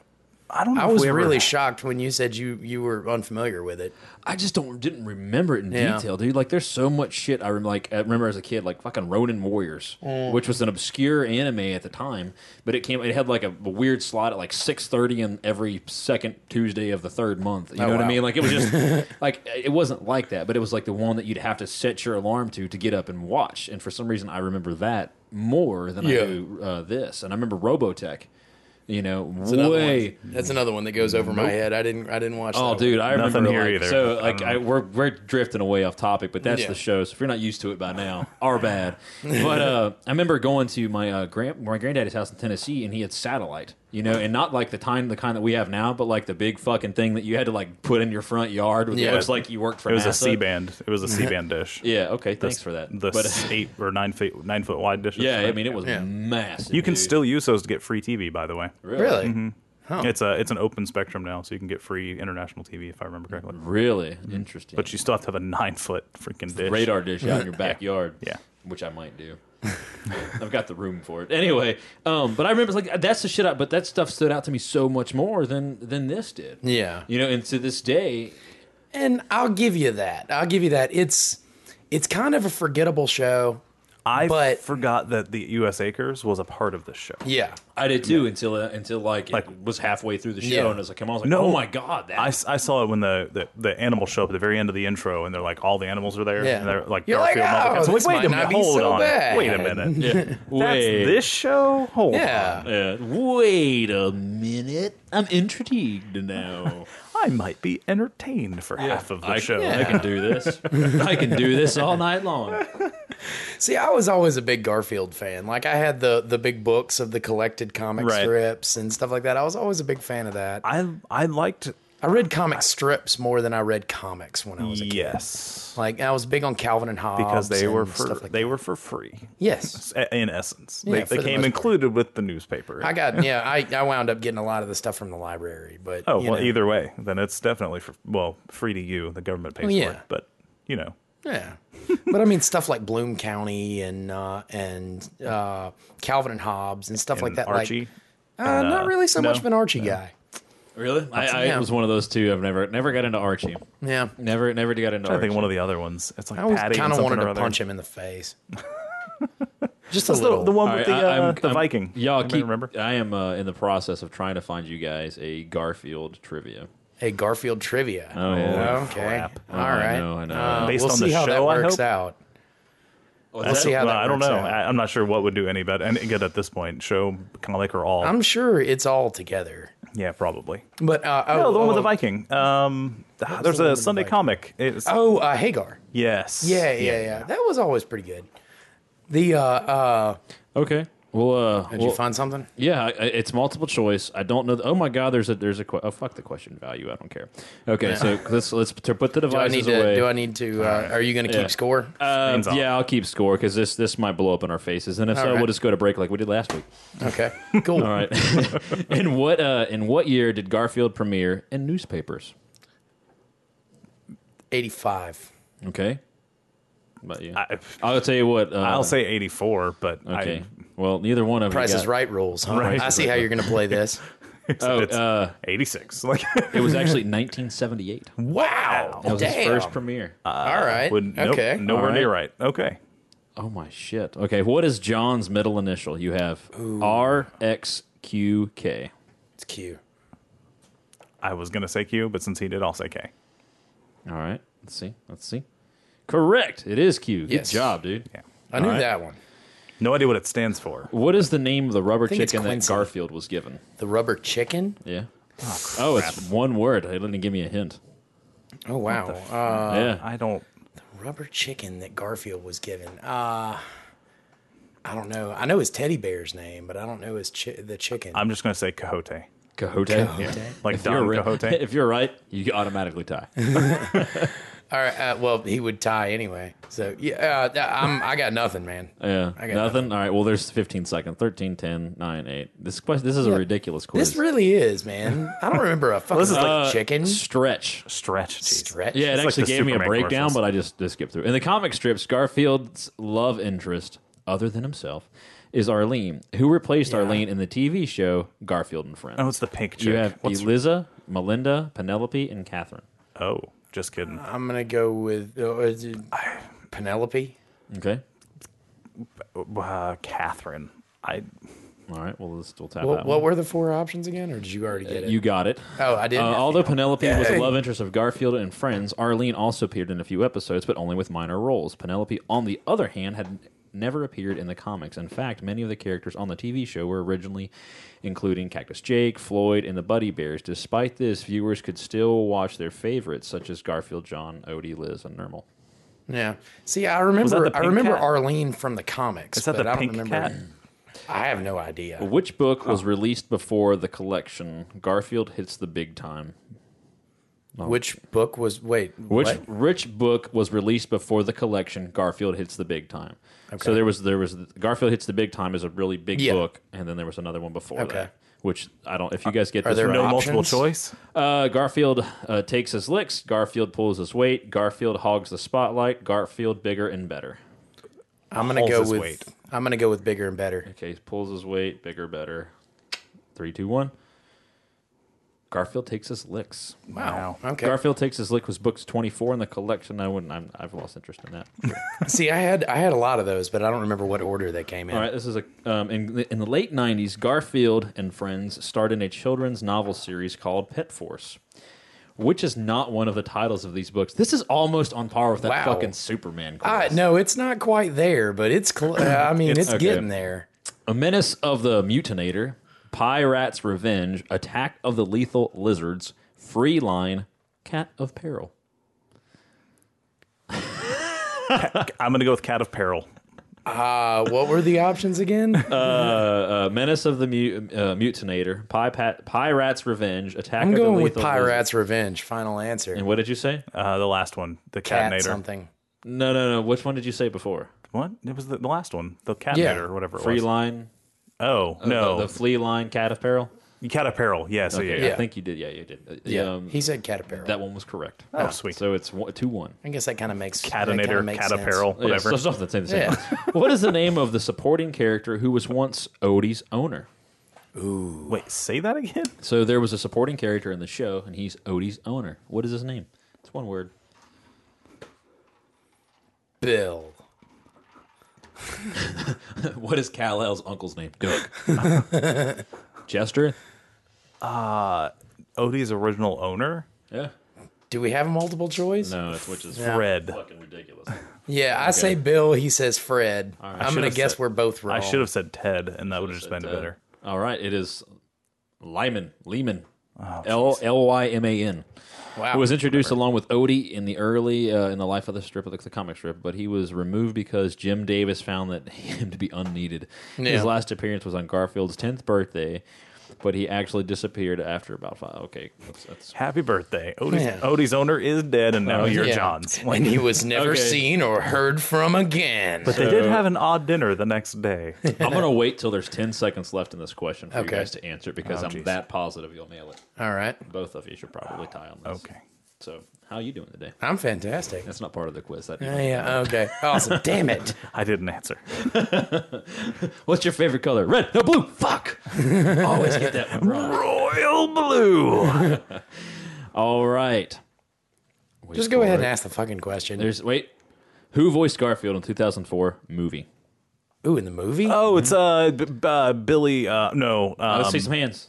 Speaker 3: I don't know.
Speaker 2: I
Speaker 3: if
Speaker 2: was
Speaker 3: we ever-
Speaker 2: really shocked when you said you you were unfamiliar with it.
Speaker 1: I just don't didn't remember it in
Speaker 2: Yeah.
Speaker 1: detail, dude. Like there's so much shit I rem- like I remember as a kid, like fucking Ronin Warriors,
Speaker 2: Mm.
Speaker 1: which was an obscure anime at the time, but it came. It had like a, a weird slot at like six thirty in every second Tuesday of the third month. You know what I
Speaker 2: Oh, wow.
Speaker 1: mean? Like it was just like it wasn't like that, but it was like the one that you'd have to set your alarm to to get up and watch. And for some reason, I remember that more than I
Speaker 2: Yeah.
Speaker 1: do uh, this. And I remember Robotech. You know,
Speaker 2: Another
Speaker 1: way
Speaker 2: one. That's another one that goes over my head. I didn't I didn't watch. that
Speaker 1: Oh,
Speaker 2: one.
Speaker 1: dude, I remember
Speaker 3: Nothing here
Speaker 1: like,
Speaker 3: either.
Speaker 1: So,
Speaker 3: I
Speaker 1: like,
Speaker 3: don't
Speaker 1: I
Speaker 3: know.
Speaker 1: we're we're drifting away off topic, but that's
Speaker 2: Yeah.
Speaker 1: the show. So, if you're not used to it by now, our bad. But uh, I remember going to my uh, grand my granddaddy's house in Tennessee, and he had satellite, you know, and not like the time the kind that we have now, but like the big fucking thing that you had to like put in your front yard. With, It
Speaker 2: Yeah.
Speaker 1: looks like you worked for.
Speaker 3: It was a
Speaker 1: NASA.
Speaker 3: C band. It was a C band dish.
Speaker 1: Yeah. Okay. Thanks for that.
Speaker 3: The
Speaker 1: but uh,
Speaker 3: s- eight or nine feet nine foot wide dishes.
Speaker 1: yeah, I
Speaker 3: right?
Speaker 1: mean, it was
Speaker 2: Yeah.
Speaker 1: massive.
Speaker 3: You can
Speaker 1: dude.
Speaker 3: still use those to get free TV. By the way,
Speaker 2: really. Mm-hmm.
Speaker 3: it's a it's an open spectrum now, so you can get free international TV if I remember correctly.
Speaker 1: really interesting.
Speaker 3: But you still have to have a nine foot freaking dish.
Speaker 1: radar dish out in your backyard.
Speaker 3: Yeah.
Speaker 1: which I might do. I've got the room for it. Anyway, um, but I remember like that's the shit. I, but that stuff stood out to me so much more than than this did.
Speaker 2: Yeah.
Speaker 1: you know, and to this day,
Speaker 2: And I'll give you that. I'll give you that. It's it's kind of a forgettable show.
Speaker 3: I
Speaker 2: But-
Speaker 3: forgot that the U.S. Acres was a part of this show.
Speaker 2: Yeah.
Speaker 1: I did too until uh, until like,
Speaker 3: Like-
Speaker 1: it was halfway through the show
Speaker 2: Yeah.
Speaker 1: and it was like, come on, I was like,
Speaker 3: No.
Speaker 1: oh my god, that
Speaker 3: I, s- I saw it when the, the, the animals show up at the very end of the intro, and they're like, all the animals are there.
Speaker 2: Yeah.
Speaker 3: And they're like,
Speaker 2: You're like,
Speaker 3: Garfield,
Speaker 2: "Oh,
Speaker 3: Muppets." I'm
Speaker 2: this
Speaker 3: like, wait
Speaker 2: might
Speaker 3: a
Speaker 2: not
Speaker 3: minute,
Speaker 2: be
Speaker 3: hold
Speaker 2: so
Speaker 3: on.
Speaker 2: bad."
Speaker 3: Wait a minute.
Speaker 1: yeah,
Speaker 3: That's
Speaker 1: wait,
Speaker 3: this show? Hold
Speaker 2: Yeah.
Speaker 1: yeah, wait a minute, I'm intrigued now.
Speaker 3: on. I might be entertained for half of the
Speaker 1: I,
Speaker 3: show.
Speaker 1: I can do this. I can do this all night long.
Speaker 2: See, I was always a big Garfield fan. Like I had the the big books of the collected comic
Speaker 3: Right.
Speaker 2: strips and stuff like that. I was always a big fan of that.
Speaker 3: I, I liked.
Speaker 2: I read comic strips more than I read comics when I was a kid.
Speaker 3: Yes.
Speaker 2: Like I was big on Calvin and Hobbes
Speaker 3: Because they
Speaker 2: and
Speaker 3: were for
Speaker 2: stuff like
Speaker 3: they
Speaker 2: that.
Speaker 3: were for free,
Speaker 2: Yes.
Speaker 3: S- in essence.
Speaker 2: Yeah, for
Speaker 3: they
Speaker 2: the
Speaker 3: they came
Speaker 2: most part.
Speaker 3: included with the newspaper.
Speaker 2: I got yeah. I, I wound up getting a lot of the stuff from the library, but
Speaker 3: oh
Speaker 2: you
Speaker 3: well,
Speaker 2: know,
Speaker 3: either way, then it's definitely for, well free to you. The government pays
Speaker 2: Well,
Speaker 3: for
Speaker 2: yeah.
Speaker 3: it, but you know,
Speaker 2: yeah. but I mean stuff like Bloom County and uh, and uh, Calvin and Hobbes and stuff like
Speaker 3: and
Speaker 2: that.
Speaker 3: Archie.
Speaker 2: Like, uh, not really so
Speaker 3: no,
Speaker 2: much of an Archie guy.
Speaker 1: Really? I, I
Speaker 2: Yeah.
Speaker 1: was one of those two. I've never never got into Archie.
Speaker 2: Yeah,
Speaker 1: Never never got into
Speaker 3: I
Speaker 1: Archie.
Speaker 3: think one of the other ones. It's like
Speaker 2: I always
Speaker 3: Patty
Speaker 2: kind
Speaker 3: and
Speaker 2: of
Speaker 3: something
Speaker 2: wanted
Speaker 3: or
Speaker 2: to
Speaker 3: other.
Speaker 2: punch him in the face. Just a
Speaker 3: It's the,
Speaker 2: little.
Speaker 3: the one
Speaker 1: All
Speaker 3: with
Speaker 1: right,
Speaker 3: the,
Speaker 1: I-
Speaker 3: uh,
Speaker 1: I'm-
Speaker 3: the
Speaker 1: I'm-
Speaker 3: Viking.
Speaker 1: Y'all
Speaker 3: Anybody
Speaker 1: keep.
Speaker 3: remember?
Speaker 1: I am uh, in the process of trying to find you guys a Garfield trivia.
Speaker 2: Hey, Garfield trivia. Oh
Speaker 1: yeah.
Speaker 2: okay.
Speaker 3: Crap. Oh,
Speaker 2: All right.
Speaker 1: I know. I know.
Speaker 2: Uh,
Speaker 3: Based
Speaker 2: we'll
Speaker 3: on
Speaker 2: see
Speaker 3: the
Speaker 2: how that
Speaker 3: show, I
Speaker 2: works
Speaker 3: hope.
Speaker 2: out.
Speaker 1: we'll
Speaker 2: see how
Speaker 3: Well,
Speaker 2: that
Speaker 3: I don't know.
Speaker 2: works out.
Speaker 3: I, I'm not sure what would do any better. And good at this point, show comic or all.
Speaker 2: I'm sure it's all together.
Speaker 3: Yeah, probably.
Speaker 2: But uh, oh,
Speaker 3: No, the one with
Speaker 2: oh,
Speaker 3: the Viking. Um, ah, there's
Speaker 2: the one
Speaker 3: a
Speaker 2: with the
Speaker 3: Sunday
Speaker 2: Viking?
Speaker 3: comic. It's,
Speaker 2: Oh, uh, Hagar.
Speaker 3: yes.
Speaker 2: Yeah, yeah, yeah, That was always pretty good. The uh, uh,
Speaker 1: Okay. Well, uh,
Speaker 2: did
Speaker 1: well,
Speaker 2: you find something?
Speaker 1: yeah, I- I- it's multiple choice. I don't know. The, oh my God, there's a there's a que- oh fuck the question value. I don't care. Okay, so let's let's to put the
Speaker 2: Do I need
Speaker 1: devices
Speaker 2: to?
Speaker 1: away.
Speaker 2: Do I need to? Uh, Are you going to keep
Speaker 1: Yeah.
Speaker 2: score?
Speaker 1: Uh,
Speaker 3: Hands off.
Speaker 1: yeah, I'll keep score because this this might blow up in our faces, and if so,
Speaker 2: right.
Speaker 1: we'll just go to break like we did last week.
Speaker 2: Okay, cool.
Speaker 1: All right. in what uh, in what year did Garfield premiere in newspapers?
Speaker 2: Eighty-five.
Speaker 1: Okay. What About you,
Speaker 3: I,
Speaker 1: I, will tell you what. Uh,
Speaker 3: I'll say 84, but
Speaker 1: Okay. well, neither one of
Speaker 2: Price
Speaker 1: you.
Speaker 2: is
Speaker 1: got-
Speaker 2: Right rules. Huh?
Speaker 3: Right.
Speaker 2: I see how you're going to play this.
Speaker 3: I, it's,
Speaker 1: Oh,
Speaker 3: it's
Speaker 1: uh,
Speaker 3: 86. Like,
Speaker 1: it was actually 1978.
Speaker 2: wow.
Speaker 1: That was
Speaker 2: Damn.
Speaker 1: his first premiere.
Speaker 2: All right.
Speaker 3: would, Uh, nope,
Speaker 2: okay.
Speaker 3: nowhere
Speaker 1: All
Speaker 3: near right. Okay.
Speaker 1: oh my shit. Okay, what is John's middle initial? You have R X Q K.
Speaker 2: It's Q.
Speaker 3: I was going to say Q, but since he did, I'll say K.
Speaker 1: All right. Let's see. Let's see. Correct. It is Q. Good
Speaker 2: Yes.
Speaker 1: job, dude.
Speaker 3: Yeah.
Speaker 2: I knew
Speaker 1: All right.
Speaker 2: that one.
Speaker 3: No idea what it stands for.
Speaker 1: What is the name of the rubber
Speaker 2: think it's
Speaker 1: chicken that
Speaker 2: Quincy. Ah,
Speaker 1: Garfield was given?
Speaker 2: The rubber chicken.
Speaker 1: Yeah. Oh, it's one word. They didn't give me a hint.
Speaker 2: Oh wow. Uh,
Speaker 1: yeah.
Speaker 3: I don't.
Speaker 2: rubber chicken that Garfield was given. Uh I don't know. I know his teddy bear's name, but I don't know his chi- the chicken.
Speaker 3: I'm just going to say Cahote.
Speaker 1: Cajote. Yeah.
Speaker 3: Like
Speaker 1: If you're,
Speaker 3: Don
Speaker 1: ri-
Speaker 3: Cahote.
Speaker 1: if you're right, you automatically tie.
Speaker 2: All right. Uh, well, he would tie anyway. So yeah, uh, th- I'm. I got nothing, man.
Speaker 1: Yeah.
Speaker 2: I got
Speaker 1: Nothing? All right. Well, there's 15 seconds. 13, 10, 9, 8. This question, this is a ridiculous quiz. Uh,
Speaker 2: This really is, man. I don't remember a fucking
Speaker 3: this is like
Speaker 2: rubber chicken
Speaker 1: Stretch.
Speaker 3: Stretch. Jeez.
Speaker 2: stretch.
Speaker 1: Yeah, it
Speaker 3: It's like
Speaker 1: actually
Speaker 3: the
Speaker 1: gave me a
Speaker 3: Superman
Speaker 1: breakdown,
Speaker 3: commercials.
Speaker 1: but I just, just skipped through. In the comic strips, Garfield's love interest, other than himself, is Arlene, who replaced Arlene in the TV show Garfield and Friends.
Speaker 3: Oh, it's the pink chick.
Speaker 1: you have
Speaker 3: What's-
Speaker 1: Eliza, Melinda, Penelope, and Catherine.
Speaker 3: oh, just kidding.
Speaker 2: I'm gonna go with uh, is it Penelope.
Speaker 1: Okay.
Speaker 3: Uh, Catherine. I
Speaker 1: All right. Well, let's still tap
Speaker 2: What,
Speaker 1: that
Speaker 2: what
Speaker 1: one.
Speaker 2: were the four options again, or did you already
Speaker 3: Uh,
Speaker 2: get it?
Speaker 1: You got it.
Speaker 2: oh, I did.
Speaker 1: Uh, although Penelope was
Speaker 2: Yay.
Speaker 1: the love interest of Garfield and Friends, Arlene also appeared in a few episodes, but only with minor roles. Penelope, on the other hand, had never appeared in the comics. In fact, many of the characters on the TV show were originally including Cactus Jake, Floyd, and the Buddy Bears. Despite this, viewers could still watch their favorites, such as Garfield, John, Odie, Liz, and Nermal.
Speaker 2: yeah. See, I remember.
Speaker 3: the
Speaker 2: I
Speaker 3: pink
Speaker 2: remember
Speaker 3: cat?
Speaker 2: Arlene from the comics.
Speaker 3: is that
Speaker 2: but
Speaker 3: the
Speaker 2: I don't
Speaker 3: pink
Speaker 2: remember.
Speaker 3: cat?
Speaker 2: I have no idea.
Speaker 1: Which book was released before the collection, Garfield Hits the Big Time?
Speaker 2: Which book was? Wait,
Speaker 1: Which
Speaker 2: what?
Speaker 1: rich book was released before the collection Garfield hits the big time? So there was there was Garfield hits the big time is a really big
Speaker 2: Yeah.
Speaker 1: book, and then there was another one before
Speaker 2: Okay. Uh,
Speaker 1: that. Which I don't. If you guys get
Speaker 2: Are
Speaker 1: this
Speaker 2: there
Speaker 3: No
Speaker 1: right,
Speaker 3: multiple
Speaker 2: Options?
Speaker 3: choice.
Speaker 1: uh, Garfield uh, takes his licks. Garfield pulls his weight. Garfield hogs the spotlight. Garfield bigger and better.
Speaker 2: I'm gonna
Speaker 3: Holds
Speaker 2: go
Speaker 3: his
Speaker 2: with.
Speaker 3: weight.
Speaker 2: I'm gonna go with bigger and better.
Speaker 1: Okay, pulls his weight. Bigger, better. Three, two, one. Garfield takes his licks.
Speaker 3: Wow.
Speaker 2: Okay.
Speaker 1: Garfield takes his lick was books twenty four in the collection. I wouldn't. I'm, I've lost interest in that.
Speaker 2: See, I had I had a lot of those, but I don't remember what order they came in.
Speaker 1: All right, this is a um, in, the- in the late '90s. Garfield and friends starred in a children's novel series called Pet Force, which is not one of the titles of these books. This is almost on par with that
Speaker 2: Wow.
Speaker 1: fucking Superman.
Speaker 2: Uh,
Speaker 1: quiz.
Speaker 2: no, it's not quite there, but it's. Cl- uh, I mean, it's,
Speaker 1: okay.
Speaker 2: getting there.
Speaker 1: A Menace of the Mutinator, Pirates' Revenge, Attack of the Lethal Lizards, Free Line, Cat of Peril.
Speaker 3: I'm gonna go with Cat of Peril.
Speaker 2: Uh, what were the options again?
Speaker 1: Uh, Menace of the Mu- uh, Mutinator, Pi- Pat- Pirates' Revenge, Attack
Speaker 2: I'm
Speaker 1: of the Lethal
Speaker 2: going with
Speaker 1: Lizards.
Speaker 2: Pirates Revenge. Final answer.
Speaker 1: And what did you say?
Speaker 3: Uh, the last one, the
Speaker 2: Cat
Speaker 3: Catnator.
Speaker 2: something.
Speaker 1: No, no, no. Which one did you say before?
Speaker 3: What? It was the, the last one, the Catnator
Speaker 2: Yeah.
Speaker 3: or whatever it
Speaker 1: Free
Speaker 3: was.
Speaker 1: Line.
Speaker 3: Oh
Speaker 1: No,
Speaker 3: no,
Speaker 1: the, flea line cat of peril.
Speaker 3: Cat of Peril. Yeah, so yeah,
Speaker 1: Okay,
Speaker 3: yeah.
Speaker 1: I think you did. Yeah, you did. Uh,
Speaker 2: Yeah,
Speaker 1: um,
Speaker 2: he said Caterpillar.
Speaker 1: that one was correct.
Speaker 3: Oh, sweet.
Speaker 1: So it's one, two one.
Speaker 2: I guess that kind of makes that kinda
Speaker 3: Catinator,
Speaker 2: makes
Speaker 3: Cat of
Speaker 2: sense.
Speaker 3: Peril,
Speaker 1: Yeah,
Speaker 3: whatever.
Speaker 1: so it's not the same- the same.
Speaker 2: Yeah.
Speaker 1: what is the name of the supporting character who was once Odie's owner?
Speaker 3: Wait, say that again.
Speaker 1: So there was a supporting character in the show, and he's Odie's owner. What is his name? It's one word.
Speaker 2: Bill.
Speaker 1: What is Kal El's uncle's name? Doug. Jester.
Speaker 3: Odie's original owner,
Speaker 1: Yeah.
Speaker 2: Do we have multiple choice?
Speaker 1: No, it's- which is
Speaker 3: Fred.
Speaker 1: fucking ridiculous.
Speaker 2: Yeah, I say Bill. He says Fred. I'm
Speaker 3: I
Speaker 2: gonna
Speaker 3: should've
Speaker 2: guess
Speaker 3: said-
Speaker 2: we're both wrong.
Speaker 3: I should have said Ted, and that would have just been
Speaker 1: Uh,
Speaker 3: better.
Speaker 1: All right, it is Lyman. Lehman.
Speaker 2: Oh,
Speaker 1: L L Y M A N.
Speaker 2: Wow.
Speaker 1: It was introduced along with Odie in the early uh, in the life of the strip, the, the comic strip, but he was removed because Jim Davis found that him to be unneeded.
Speaker 2: Yeah.
Speaker 1: His last appearance was on Garfield's tenth birthday, but he actually disappeared after about five. Okay, that's, that's
Speaker 3: Happy birthday. Odie's,
Speaker 2: Yeah.
Speaker 3: Odie's owner is dead, and now you're
Speaker 2: Yeah.
Speaker 3: John's. Like,
Speaker 2: and he was never
Speaker 1: Okay.
Speaker 2: seen or heard from again.
Speaker 3: but they did have an odd dinner the next day.
Speaker 1: I'm gonna wait till there's ten seconds left in this question for
Speaker 2: Okay. Oh,
Speaker 1: you guys to answer because I'm
Speaker 3: geez.
Speaker 1: that positive you'll nail it.
Speaker 2: All right,
Speaker 1: Both of you should probably tie on this.
Speaker 3: okay.
Speaker 1: So how you doing today?
Speaker 2: I'm fantastic.
Speaker 1: That's not part of the quiz. That
Speaker 2: Yeah, yeah, okay, awesome. Damn it.
Speaker 3: I didn't answer.
Speaker 1: What's your favorite color? Red? No, blue. Fuck. Always get that one wrong.
Speaker 3: Royal blue.
Speaker 1: All right. Wait
Speaker 2: Just go
Speaker 1: for
Speaker 2: ahead
Speaker 1: it.
Speaker 2: and ask the fucking question.
Speaker 1: There's wait. Who voiced Garfield in 2004 movie?
Speaker 2: Ooh, in the movie?
Speaker 3: Oh, it's uh, b- b- uh Billy. Uh, no,
Speaker 1: Let's
Speaker 3: um,
Speaker 1: see some hands.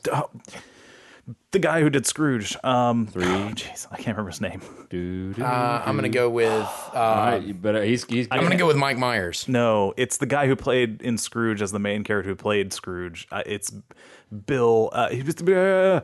Speaker 3: the guy who did Scrooge. Um, three. Jeez, I can't remember his name.
Speaker 1: Dude,
Speaker 2: Uh, I'm gonna go with uh,
Speaker 1: all
Speaker 3: um,
Speaker 1: right, you better. He's, he's
Speaker 2: I'm gonna go with Mike Myers.
Speaker 3: No, it's the guy who played in Scrooge as the main character who played Scrooge. Uh, it's Bill. Uh, he was. Uh,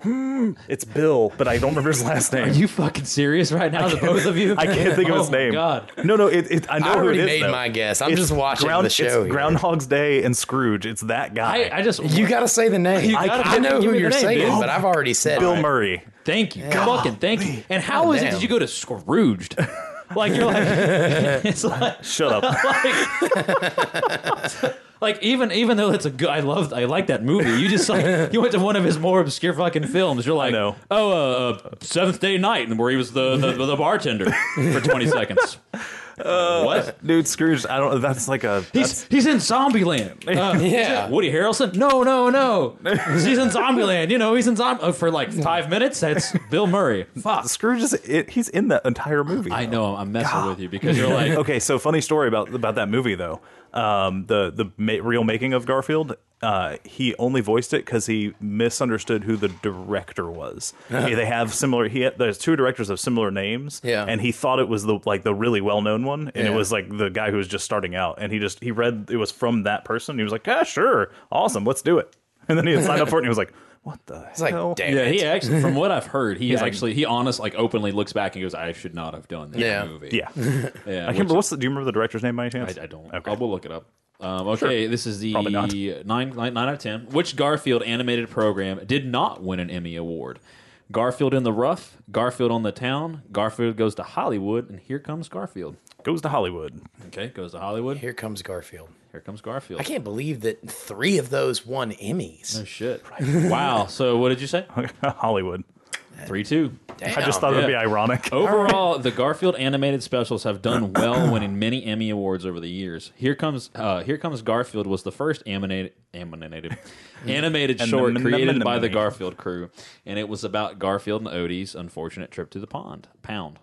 Speaker 3: hmm, it's Bill, but I don't remember his last
Speaker 1: Are
Speaker 3: name.
Speaker 1: you fucking serious right now, the both of you?
Speaker 3: I can't think of
Speaker 1: oh
Speaker 3: his
Speaker 1: my
Speaker 3: name.
Speaker 1: God.
Speaker 3: No, no. It, it, I know
Speaker 2: I
Speaker 3: who it
Speaker 2: already
Speaker 3: is.
Speaker 2: made
Speaker 3: though.
Speaker 2: my guess. I'm
Speaker 3: It's
Speaker 2: just watching
Speaker 3: Ground-
Speaker 2: the show.
Speaker 3: It's
Speaker 2: here.
Speaker 3: Groundhog's Day and Scrooge. It's that
Speaker 1: I,
Speaker 3: guy.
Speaker 1: I just
Speaker 2: You gotta say the name. I,
Speaker 1: gotta-
Speaker 2: I know
Speaker 1: give
Speaker 2: who
Speaker 1: me the
Speaker 2: you're
Speaker 1: name,
Speaker 2: saying,
Speaker 1: dude.
Speaker 2: but I've already said
Speaker 3: Bill
Speaker 2: it.
Speaker 3: Murray.
Speaker 1: thank you, fucking thank you. And how is it
Speaker 2: Goddamn.
Speaker 1: that you go to Scrooged? Like you're like it's like
Speaker 3: Shut up.
Speaker 1: like, like even even though it's a good, I love I like that movie. You just like you went to one of his more obscure fucking films. You're like,
Speaker 3: know.
Speaker 1: oh, uh, uh, Seventh Day Night, and where he was the the, the bartender for 20 seconds.
Speaker 3: Uh,
Speaker 1: what?
Speaker 3: Dude, Scrooge. I don't. That's like a. That's,
Speaker 1: He's he's in Zombieland. Uh,
Speaker 2: Yeah.
Speaker 1: Woody Harrelson? No, no, no. He's in Zombieland. You know, he's in Zombie uh, for like five minutes. That's Bill Murray. Fuck.
Speaker 3: Scrooge is. It, he's in that entire movie.
Speaker 1: I
Speaker 3: though.
Speaker 1: know. I'm messing with you because you're like,
Speaker 3: okay, so funny story about about that movie though. Um, the the ma- real making of Garfield. Uh, he only voiced it because he misunderstood who the director was. Yeah, they have similar. He had, there's two directors of similar names.
Speaker 2: Yeah.
Speaker 3: and he thought it was the like the really well known one, and
Speaker 2: Yeah.
Speaker 3: it was like the guy who was just starting out. And he just he read it was from that person. He was like, yeah, sure, awesome, let's do it. And then he had signed up for it, and he was like, what the
Speaker 2: It's like,
Speaker 3: hell?
Speaker 2: damn.
Speaker 1: Yeah,
Speaker 2: it.
Speaker 1: he actually, from what I've heard, he is actually, he honest, like openly looks back and goes, I should not have done that
Speaker 2: Yeah.
Speaker 1: movie.
Speaker 3: Yeah,
Speaker 1: Yeah,
Speaker 3: I can't
Speaker 1: which-
Speaker 3: remember. What's the, do you remember the director's name by any
Speaker 1: I,
Speaker 3: chance?
Speaker 1: I don't.
Speaker 3: Okay.
Speaker 1: I will look it up. Um, okay, this is the
Speaker 3: Probably not.
Speaker 1: nine, nine, nine out of 10. Which Garfield animated program did not win an Emmy Award? Garfield in the Rough, Garfield on the Town, Garfield Goes to Hollywood, and Here Comes Garfield.
Speaker 3: Goes to Hollywood.
Speaker 1: Okay, goes to Hollywood. Here,
Speaker 2: Here comes Garfield.
Speaker 1: comes Garfield.
Speaker 2: I can't believe that three of those won Emmys.
Speaker 1: Oh, shit. wow. So what did you say?
Speaker 3: Hollywood.
Speaker 1: 3 2.
Speaker 3: I just thought it'd be
Speaker 1: Yeah. Oh,
Speaker 3: ironic.
Speaker 1: Overall, the Garfield animated specials have done well, winning many Emmy awards over the years. Here comes, uh, here comes Garfield was the first animated, animated, animated short created by the Garfield crew, and it was about Garfield and Odie's unfortunate trip to the pond pound.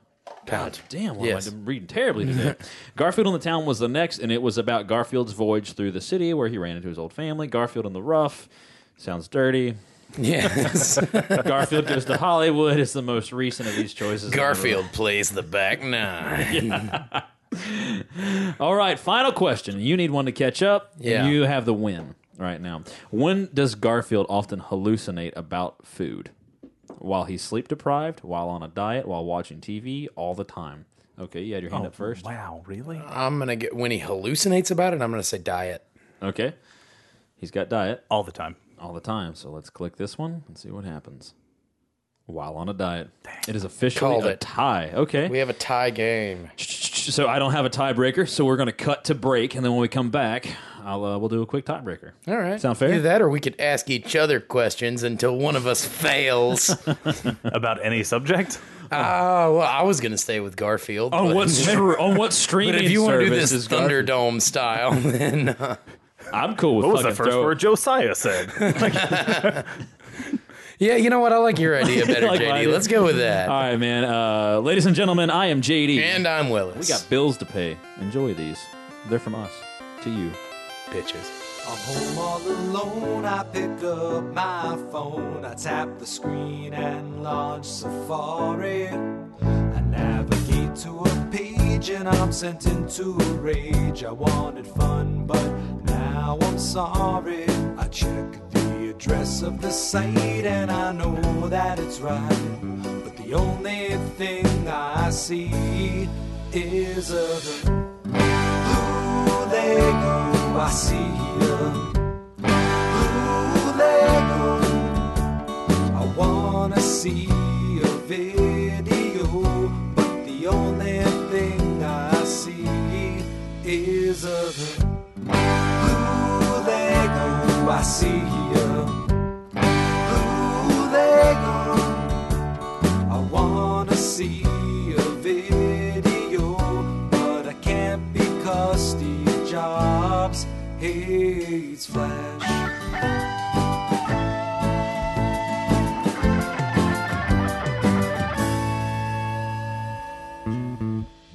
Speaker 1: God damn! What
Speaker 2: Yes.
Speaker 1: am I doing? reading terribly today? Garfield in the Town was the next, and it was about Garfield's voyage through the city where he ran into his old family. Garfield in the Rough sounds dirty.
Speaker 2: Yes.
Speaker 1: Garfield goes to Hollywood is the most recent of these choices.
Speaker 2: Garfield plays the back nine.
Speaker 1: All right, final question. You need one to catch up. and
Speaker 2: Yeah.
Speaker 1: you have the win right now. When does Garfield often hallucinate about food? While he's sleep deprived, while on a diet, while watching TV, all the time. Okay, you had your
Speaker 3: Oh,
Speaker 1: hand up first.
Speaker 3: Wow, really?
Speaker 2: I'm gonna get when he hallucinates about it. I'm gonna say diet.
Speaker 1: Okay. He's got diet
Speaker 3: All the time.
Speaker 1: all the time. So let's click this one and see what happens. While on a diet. It is officially
Speaker 2: Called
Speaker 1: a
Speaker 2: it.
Speaker 1: tie. Okay.
Speaker 2: We have a tie game.
Speaker 1: so I don't have a tiebreaker, so we're going to cut to break and then when we come back, I'll uh, we'll do a quick tiebreaker.
Speaker 2: All right.
Speaker 1: Sound fair?
Speaker 2: Either that, or we could ask each other questions until one of us fails. oh,
Speaker 3: About any subject?
Speaker 2: well, I was gonna stay with Garfield.
Speaker 1: On
Speaker 2: but-
Speaker 1: what str- on what streaming
Speaker 2: But if you want to
Speaker 1: service
Speaker 2: do this
Speaker 1: is Garfield?
Speaker 2: Thunderdome style, then uh,
Speaker 1: I'm cool with
Speaker 3: What was the
Speaker 1: fucking
Speaker 3: first
Speaker 1: throw-
Speaker 3: word Josiah said?
Speaker 2: yeah, you know what? I like your idea better,
Speaker 1: Like my
Speaker 2: JD.
Speaker 1: idea.
Speaker 2: Let's go with that.
Speaker 1: All right, man. Uh, ladies and gentlemen, I am JD.
Speaker 2: And I'm Willis.
Speaker 1: we got bills to pay. Enjoy these. They're from us to you.
Speaker 2: bitches.
Speaker 4: I'm home all alone. I pick up my phone. I tap the screen and launch Safari. I navigate to a page and I'm sent into a rage. I wanted fun, but now I'm sorry. I check the address of the site, and I know that it's right. But the only thing I see is a Ooh, they go, I see a Ooh, they go, I wanna see a video, but the only thing I see is a Ooh, they go, I see a Ooh, they go, I wanna see a video, but I can't because Steve Jobs hates Flash.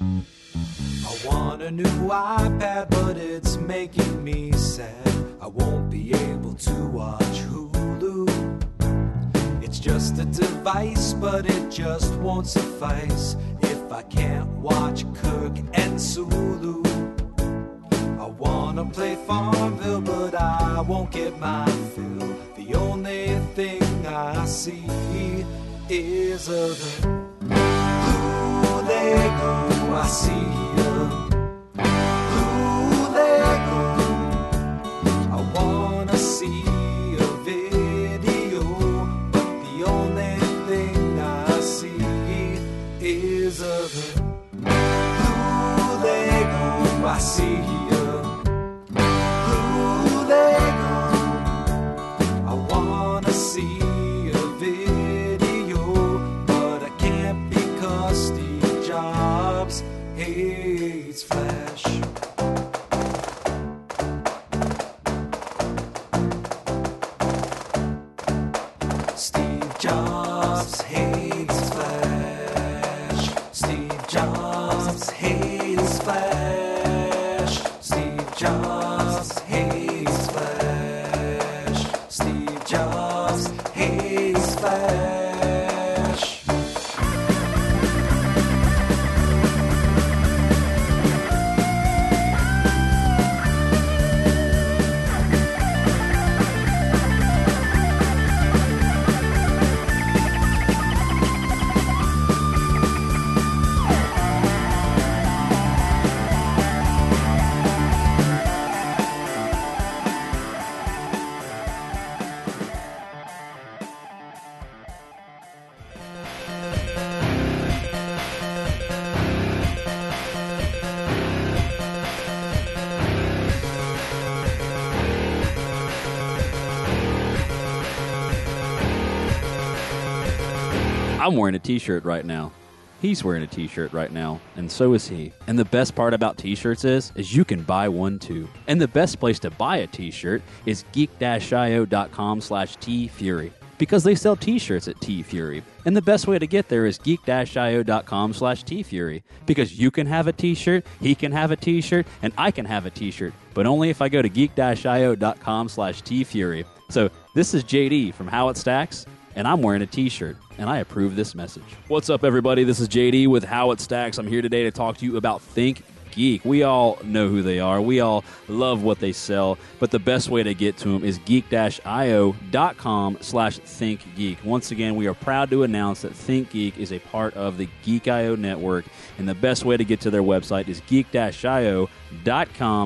Speaker 4: I want a new iPad, but it's making me sad. I won't be able to watch Hulu. It's just a device, but it just won't suffice if I can't watch Kirk and Sulu. I wanna play Farmville, but I won't get my fill. The only thing I see is a Ooh, they go, I see a Ooh, they go. I wanna see a video, but the only thing I see is a Ooh, they go, I see a Ooh, they go. I wanna see a video, but I can't because Steve Jobs hates Flash. Steve Jobs hates Flash. Steve Jobs hates Flash. Steve Jobs hates Flash. Steve Jobs hates Flash.
Speaker 1: I'm wearing a t-shirt right now. He's wearing a t-shirt right now, and so is he. And the best part about t-shirts is is you can buy one too. And the best place to buy a t-shirt is geek-io.com slash tfury. Because they sell t-shirts at T-Fury. And the best way to get there is geek-io.com slash T-Fury. Because you can have a t-shirt, he can have a t-shirt, and I can have a t-shirt. But only if I go to geek-io.com slash T-Fury. So this is JD from How It Stacks and I'm wearing a t-shirt, and I approve this message. What's up, everybody? This is JD with How It Stacks. I'm here today to talk to you about Think Geek. We all know who they are. We all love what they sell, but the best way to get to them is geek-io.com slash thinkgeek. Once again, we are proud to announce that Think Geek is a part of the Geek.io network, and the best way to get to their website is geek-io.com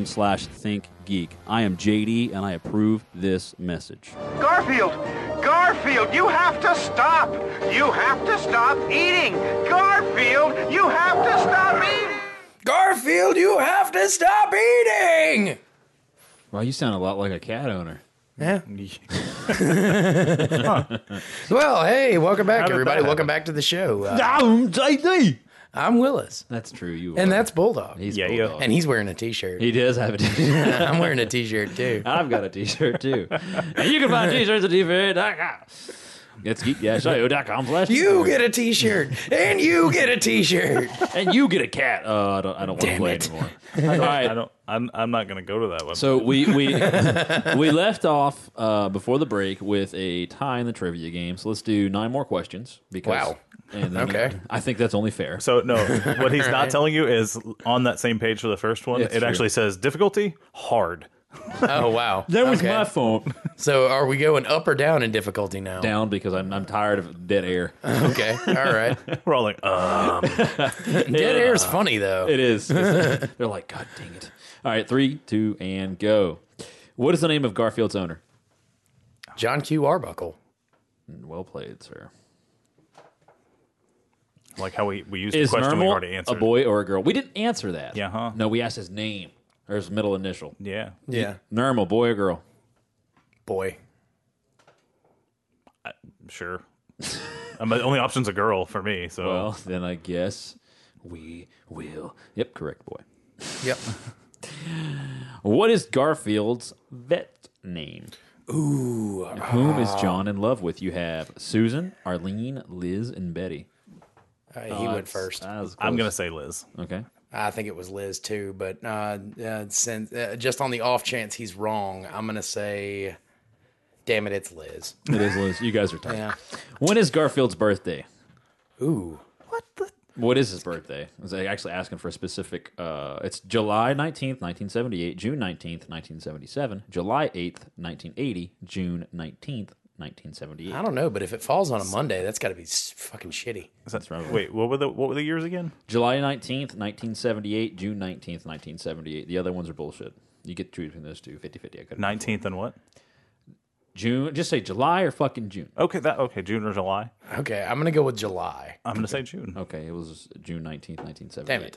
Speaker 1: slash thinkgeek. I am JD, and I approve this message.
Speaker 6: Garfield! Garfield, you have to stop! You have to stop eating! Garfield, you have to stop eating!
Speaker 2: Garfield, you have to stop eating.
Speaker 7: Wow, you sound a lot like a cat owner.
Speaker 2: Yeah. Well, hey, welcome back,
Speaker 3: did
Speaker 2: everybody.
Speaker 3: that
Speaker 2: Welcome back to the show. Uh,
Speaker 7: I'm JD.
Speaker 2: I'm Willis,
Speaker 7: That's true. You
Speaker 2: and
Speaker 7: are.
Speaker 2: that's Bulldog,
Speaker 7: he's
Speaker 3: Yeah,
Speaker 7: yeah,
Speaker 3: yeah.
Speaker 2: and he's wearing a t-shirt.
Speaker 7: He does have a t-shirt.
Speaker 2: I'm wearing a t-shirt too.
Speaker 7: I've got a t-shirt too. and you can find t-shirts at tfury.com. It's geek-io.com slash
Speaker 2: You get a t-shirt, and you get a t-shirt.
Speaker 7: and you get a cat. Oh, I don't, I don't want to play
Speaker 2: it.
Speaker 7: anymore. All right.
Speaker 3: I don't. I'm. I'm not gonna go to that one.
Speaker 7: So we we we left off uh, before the break with a tie in the trivia game. So let's do nine more questions. Because,
Speaker 2: Wow.
Speaker 7: And then-
Speaker 2: Okay.
Speaker 7: I think that's only fair.
Speaker 3: So no, what he's not telling you is on that same page for the first one.
Speaker 7: It's
Speaker 3: it
Speaker 7: true.
Speaker 3: actually says difficulty hard.
Speaker 2: Oh wow,
Speaker 8: That was
Speaker 2: Okay.
Speaker 8: my fault.
Speaker 2: So are we going up or down in difficulty now?
Speaker 1: down because I'm, I'm tired of dead air.
Speaker 2: Okay, all right.
Speaker 3: We're all like, um,
Speaker 2: Dead air is funny though.
Speaker 1: It is. It's- they're like, God dang it. All right, three, two, and go. What is the name of Garfield's owner?
Speaker 2: John Q. Arbuckle.
Speaker 1: Well played, sir.
Speaker 3: like how we, we used the
Speaker 1: Is
Speaker 3: question we
Speaker 1: Nermal
Speaker 3: already
Speaker 1: a
Speaker 3: answered.
Speaker 1: boy or a girl? We didn't answer that.
Speaker 3: Yeah, huh?
Speaker 1: No, we asked his name or his middle initial.
Speaker 3: Yeah.
Speaker 2: Yeah,
Speaker 1: Nermal, boy or girl?
Speaker 2: boy.
Speaker 3: Sure. um, the only option's a girl for me. So
Speaker 1: Well, then I guess we will. Yep, correct, boy.
Speaker 2: Yep.
Speaker 1: What is Garfield's vet name? Ooh. Whom
Speaker 3: uh,
Speaker 1: is John in love with? You have Susan, Arlene, Liz, and Betty.
Speaker 2: Uh, he went first.
Speaker 1: That was close.
Speaker 3: I'm going to say Liz.
Speaker 1: Okay.
Speaker 2: I think it was Liz too, but uh, uh, since uh, just on the off chance he's wrong, I'm gonna say, damn it, it's Liz.
Speaker 1: It is Liz. You guys are tired.
Speaker 2: Yeah.
Speaker 1: When is Garfield's birthday?
Speaker 2: Ooh.
Speaker 1: What is his birthday? I was actually asking for a specific. Uh, it's July 19th, 1978, June 19th, 1977, July 8th, 1980, June 19th, 1978.
Speaker 2: I don't know, but if it falls on a Monday, that's got to be s- fucking shitty.
Speaker 3: Is that right? Wait, what were the what were the years again?
Speaker 1: July 19th, 1978, June 19th, 1978. The other ones are bullshit. You get to choose between those two 50 50. I could.
Speaker 3: 19th and what?
Speaker 1: June, just say July or fucking June.
Speaker 3: Okay, that okay, June or July.
Speaker 2: Okay, I'm gonna go with July.
Speaker 3: I'm going to say June.
Speaker 1: Okay, it was June 19th, 1978.
Speaker 2: Damn it.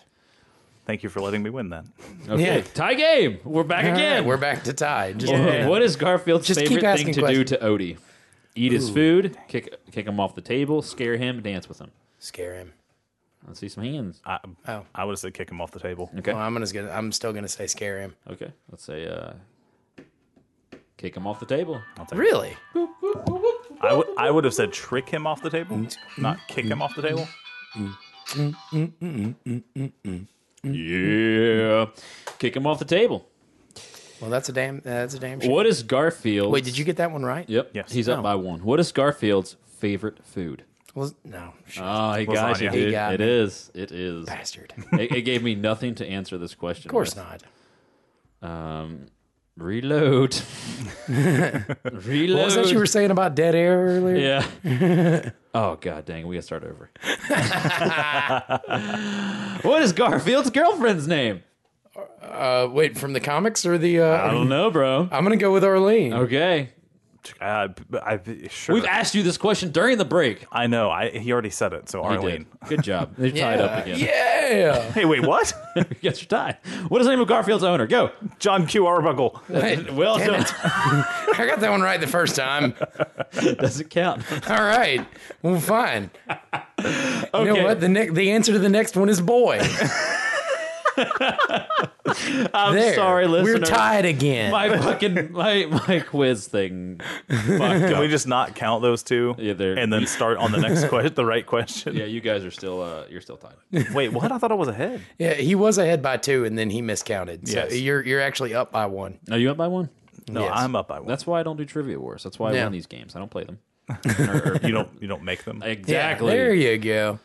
Speaker 3: Thank you for letting me win that.
Speaker 1: Okay,
Speaker 2: Yeah.
Speaker 1: tie game. We're back
Speaker 2: All
Speaker 1: again.
Speaker 2: right, we're back to tie. Just,
Speaker 1: What is Garfield's
Speaker 2: Just keep
Speaker 1: favorite thing
Speaker 2: asking
Speaker 1: to do to Odie? Eat his food, kick kick him off the table, scare him, dance with him.
Speaker 2: Scare him.
Speaker 1: Let's see some hands.
Speaker 3: I
Speaker 2: Oh.
Speaker 3: I would have said kick him off the table.
Speaker 1: Okay.
Speaker 2: Well, I'm gonna. s- I'm still gonna say scare him.
Speaker 1: Okay. Let's say uh, kick him off the table.
Speaker 3: I'll take it.
Speaker 2: Really?
Speaker 3: I would I would have said trick him off the table, not kick him off the table.
Speaker 1: Yeah. Kick him off the table.
Speaker 2: Well, that's a damn. That's a damn. Shame.
Speaker 1: What is Garfield's
Speaker 2: Wait, did you get that one right?
Speaker 1: Yep.
Speaker 3: Yes.
Speaker 1: He's up
Speaker 3: No.
Speaker 1: by one. What is Garfield's favorite food?
Speaker 2: Well, no, shit,
Speaker 1: Oh, he got you,
Speaker 3: Lasagna.
Speaker 1: dude.
Speaker 2: He got
Speaker 1: It
Speaker 2: me.
Speaker 1: is. It is.
Speaker 2: bastard. Of
Speaker 1: it, it gave me nothing to answer this question. Of
Speaker 2: course not.
Speaker 1: Um, reload. reload.
Speaker 2: What was that you were saying about dead air earlier?
Speaker 1: Yeah. oh god dang, we gotta start over. what is Garfield's girlfriend's name?
Speaker 2: Uh, wait, from the comics or the?
Speaker 1: I
Speaker 2: Uh,
Speaker 1: don't know, bro.
Speaker 2: I'm gonna go with Arlene.
Speaker 1: Okay.
Speaker 3: Uh, b- I b- sure.
Speaker 1: We've asked you this question during the break.
Speaker 3: I know. I he already said it. So
Speaker 1: You did.
Speaker 3: Arlene.
Speaker 1: Good job. They're tied up again.
Speaker 2: Yeah.
Speaker 3: Hey, wait, what?
Speaker 1: you got your tie. What is the name of Garfield's owner? Go.
Speaker 3: John Q Arbuckle.
Speaker 1: Well, so
Speaker 2: I got that one right the first time.
Speaker 1: doesn't count.
Speaker 2: All right. Well, fine.
Speaker 1: Okay.
Speaker 2: You know what? The ne- the answer to the next one is boy.
Speaker 1: I'm
Speaker 2: There.
Speaker 1: sorry, listener.
Speaker 2: We're tied again.
Speaker 1: My fucking my my quiz thing. fucked
Speaker 3: Can
Speaker 1: up.
Speaker 3: we just not count those two?
Speaker 1: Yeah, they're-
Speaker 3: and then start on the next question, the right question.
Speaker 1: Yeah, you guys are still uh you're still tied.
Speaker 3: Wait, what? I thought I was ahead.
Speaker 2: yeah, he was ahead by two, and then he miscounted. So
Speaker 3: Yes.
Speaker 2: you're you're actually up by one.
Speaker 1: Are Oh, you up by one?
Speaker 3: No,
Speaker 2: Yes.
Speaker 3: I'm up by one.
Speaker 1: That's why I don't do trivia wars. That's why I
Speaker 2: Yeah.
Speaker 1: win these games. I don't play them. Or- or-
Speaker 3: you don't you don't make them.
Speaker 1: exactly.
Speaker 2: Yeah, there you go.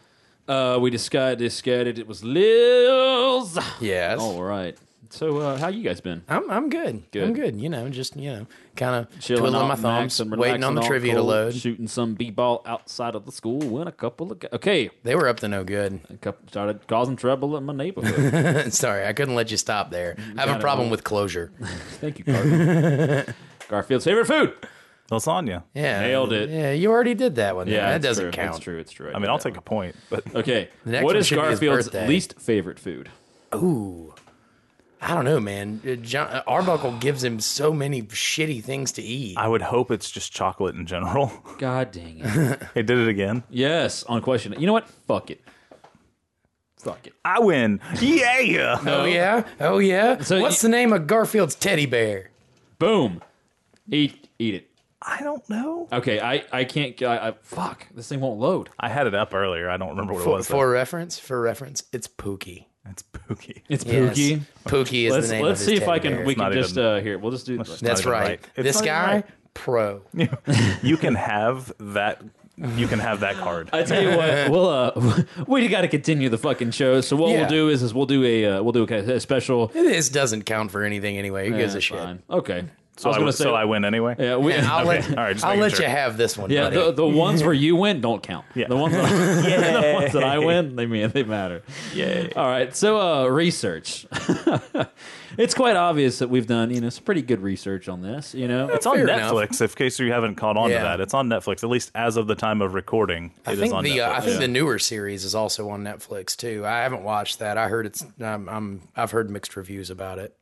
Speaker 1: Uh, we discussed discarded. It was Lil's.
Speaker 2: Yes.
Speaker 1: All right. So, uh, how you guys been?
Speaker 2: I'm I'm good.
Speaker 1: Good.
Speaker 2: I'm good. You know, just you know, kind of
Speaker 1: Chilling
Speaker 2: twiddling
Speaker 1: out
Speaker 2: my
Speaker 1: in Max
Speaker 2: thumbs,
Speaker 1: and
Speaker 2: waiting on
Speaker 1: relaxing
Speaker 2: the
Speaker 1: all
Speaker 2: trivia to
Speaker 1: cool,
Speaker 2: load.
Speaker 1: Shooting some b-ball outside of the school. Win a couple of. Go- okay,
Speaker 2: They were up to no good.
Speaker 1: a couple started causing trouble in my neighborhood.
Speaker 2: Sorry, I couldn't let you stop there. I have
Speaker 1: got
Speaker 2: a
Speaker 1: it
Speaker 2: problem
Speaker 1: all.
Speaker 2: with closure.
Speaker 1: Thank you, Garfield. Garfield's favorite food.
Speaker 3: Lasagna.
Speaker 2: Yeah,
Speaker 1: Nailed it.
Speaker 2: Yeah, you already did that one. Yeah, that
Speaker 1: it's
Speaker 2: doesn't
Speaker 1: true.
Speaker 2: count.
Speaker 1: It's true. It's true.
Speaker 3: I mean, I'll take a point, but
Speaker 1: Okay.
Speaker 2: next
Speaker 1: What
Speaker 2: one
Speaker 1: is
Speaker 2: should be his
Speaker 1: Garfield's
Speaker 2: birthday.
Speaker 1: least favorite food?
Speaker 2: Ooh. I don't know, man. Uh, John, uh, Arbuckle gives him so many shitty things to eat.
Speaker 3: I would hope it's just chocolate in general.
Speaker 1: God dang it.
Speaker 3: hey, did it again.
Speaker 1: yes, on question. You know what? Fuck it. Fuck it.
Speaker 3: I win. Yeah.
Speaker 2: oh yeah, oh yeah.
Speaker 1: So
Speaker 2: What's
Speaker 1: you-
Speaker 2: the name of Garfield's teddy bear?
Speaker 1: Boom. Eat. Eat it.
Speaker 3: I don't know.
Speaker 1: Okay, I, I can't. I, I, fuck, this thing won't load.
Speaker 3: I had it up earlier. I don't remember what it
Speaker 2: For,
Speaker 3: was.
Speaker 2: for reference, for reference, it's Pookie.
Speaker 3: It's Pookie.
Speaker 1: It's
Speaker 2: Yes.
Speaker 1: Pookie.
Speaker 2: Pookie is
Speaker 1: Let's
Speaker 2: the name.
Speaker 1: let's
Speaker 2: of
Speaker 1: see
Speaker 2: his
Speaker 1: if
Speaker 2: teddy
Speaker 1: I can.
Speaker 2: bear.
Speaker 1: We can
Speaker 3: not
Speaker 1: just
Speaker 3: even-
Speaker 1: uh, here. We'll just do.
Speaker 3: Let's just-
Speaker 2: That's
Speaker 3: Not even
Speaker 2: right.
Speaker 3: right. It's
Speaker 2: This
Speaker 3: not even
Speaker 2: guy,
Speaker 3: right.
Speaker 2: pro.
Speaker 3: you can have that you can have that card.
Speaker 1: I tell you what, we'll uh, we got to continue the fucking show. So what
Speaker 2: Yeah.
Speaker 1: we'll do is, is we'll do a uh, we'll do a, a special.
Speaker 2: This doesn't count for anything anyway. Who gives a
Speaker 1: Eh,
Speaker 2: shit?
Speaker 1: fine. Okay.
Speaker 3: So I,
Speaker 1: gonna
Speaker 3: w- so I win anyway.
Speaker 1: yeah, we,
Speaker 2: And I'll
Speaker 3: Okay.
Speaker 2: let,
Speaker 3: All right, just
Speaker 2: I'll
Speaker 3: making
Speaker 2: let
Speaker 3: sure.
Speaker 2: you have this one.
Speaker 1: yeah.
Speaker 2: buddy.
Speaker 1: The, the ones where you win don't count.
Speaker 3: Yeah.
Speaker 1: The ones that, the ones that I win, they mean they matter.
Speaker 3: Yay.
Speaker 1: All right. So uh, research. it's quite obvious that we've done you know some pretty good research on this. You know,
Speaker 3: It's on
Speaker 2: Fair enough.
Speaker 3: Netflix. If in case you haven't caught on
Speaker 2: Yeah.
Speaker 3: to that, it's on Netflix. At least as of the time of recording, it
Speaker 2: I
Speaker 3: is
Speaker 2: think
Speaker 3: on
Speaker 2: the
Speaker 3: Netflix.
Speaker 2: uh, I think
Speaker 3: Yeah.
Speaker 2: the newer series is also on Netflix too. I haven't watched that. I heard it's um, I'm I've heard mixed reviews about it.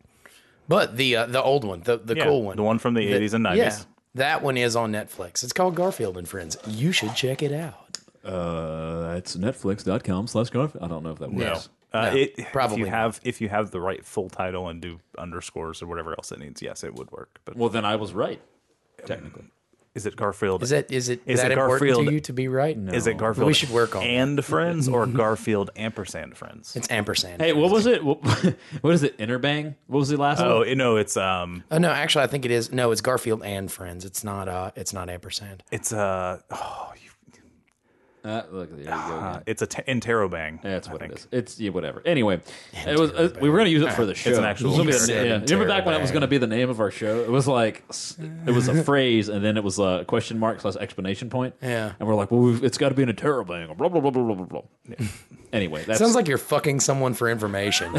Speaker 2: But the uh, the old one, the the
Speaker 3: Yeah,
Speaker 2: cool one,
Speaker 3: the one from the
Speaker 2: That-
Speaker 3: 80s and 90s.
Speaker 2: yeah, that one is on Netflix. It's called Garfield and Friends. You should check it out.
Speaker 1: uh, it's netflix.com slash Garfield. I don't know if that works.
Speaker 3: No.
Speaker 2: Yes.
Speaker 3: Uh,
Speaker 2: No,
Speaker 3: it,
Speaker 2: probably
Speaker 3: if you
Speaker 2: not.
Speaker 3: have if you have the right full title and do underscores or whatever else it needs, yes, it would work. But
Speaker 1: Well, then I was right. Technically.
Speaker 3: is it Garfield?
Speaker 2: Is that is it
Speaker 3: Is
Speaker 2: that
Speaker 3: it
Speaker 2: important
Speaker 3: Garfield-
Speaker 2: to you to be right? No.
Speaker 3: Is it Garfield?
Speaker 2: We should work on that.
Speaker 3: and friends or Garfield ampersand friends.
Speaker 2: It's ampersand.
Speaker 1: Hey, what was it? What, what is it? Innerbang? What was the last one?
Speaker 3: Oh you know, it's um,
Speaker 2: Oh no, actually, I think it is. No, it's Garfield and Friends. It's not. Uh, it's not ampersand.
Speaker 3: it's uh, oh, you,
Speaker 1: Uh, look, there you go. again.
Speaker 3: it's a t- interrobang.
Speaker 1: That's what
Speaker 3: Ah, I
Speaker 1: it
Speaker 3: think.
Speaker 1: is. It's yeah, whatever. Anyway, it was uh, we were gonna use it for the show.
Speaker 3: an actual-
Speaker 1: It was gonna be
Speaker 3: You
Speaker 1: the-
Speaker 2: said
Speaker 1: yeah. You Remember back when that was
Speaker 2: Interrobang.
Speaker 1: gonna be the name of our show? It was like s- it was a phrase, and then it was a question mark slash explanation point.
Speaker 2: Yeah.
Speaker 1: and we're like, well, we've, it's got to be an interrobang. Blah blah blah blah blah blah. blah. Anyway, that's
Speaker 2: Sounds like you're fucking someone for information.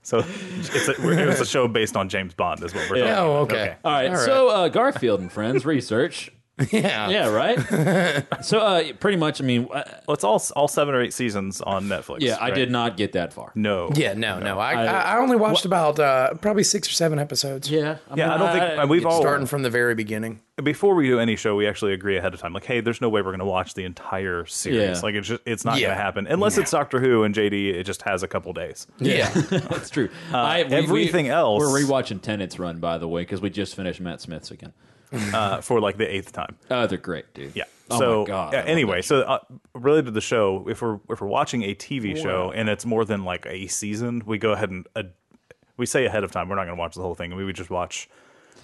Speaker 3: So it's a, we're, it was a show based on James Bond, is what we're talking.
Speaker 2: oh,
Speaker 3: about.
Speaker 2: okay.
Speaker 1: all right.
Speaker 2: All right.
Speaker 1: So uh, Garfield and friends research.
Speaker 2: Yeah.
Speaker 1: Yeah, right. so uh, pretty much, I mean, uh,
Speaker 3: Well, it's all all seven or eight seasons on Netflix.
Speaker 1: yeah, I
Speaker 3: right?
Speaker 1: did not get that far.
Speaker 3: No.
Speaker 2: Yeah, no, no. I, I, I only watched about uh, probably six or seven episodes.
Speaker 1: Yeah, I
Speaker 3: Yeah, Oh. I don't think and we've all
Speaker 2: Starting from the very beginning.
Speaker 3: before we do any show, we actually agree ahead of time. Like, hey, there's no way we're going to watch the entire series.
Speaker 1: Yeah.
Speaker 3: Like, it's just it's not
Speaker 2: Yeah.
Speaker 3: going to happen unless it's Doctor Who and JD. It just has a couple days.
Speaker 2: Yeah.
Speaker 1: That's true. I,
Speaker 3: everything else-
Speaker 1: We're rewatching Tenet's run, by the way, because we just finished Matt Smith's again.
Speaker 3: uh, for like the eighth time.
Speaker 1: Oh, they're great, dude.
Speaker 3: Yeah.
Speaker 1: Oh
Speaker 3: so
Speaker 1: my god.
Speaker 3: yeah,
Speaker 1: I love
Speaker 3: anyway,
Speaker 1: that
Speaker 3: so uh, related to the show, if we're if we're watching a TV show and it's more than like a season, we go ahead and uh, we say ahead of time we're not going to watch the whole thing. We would just watch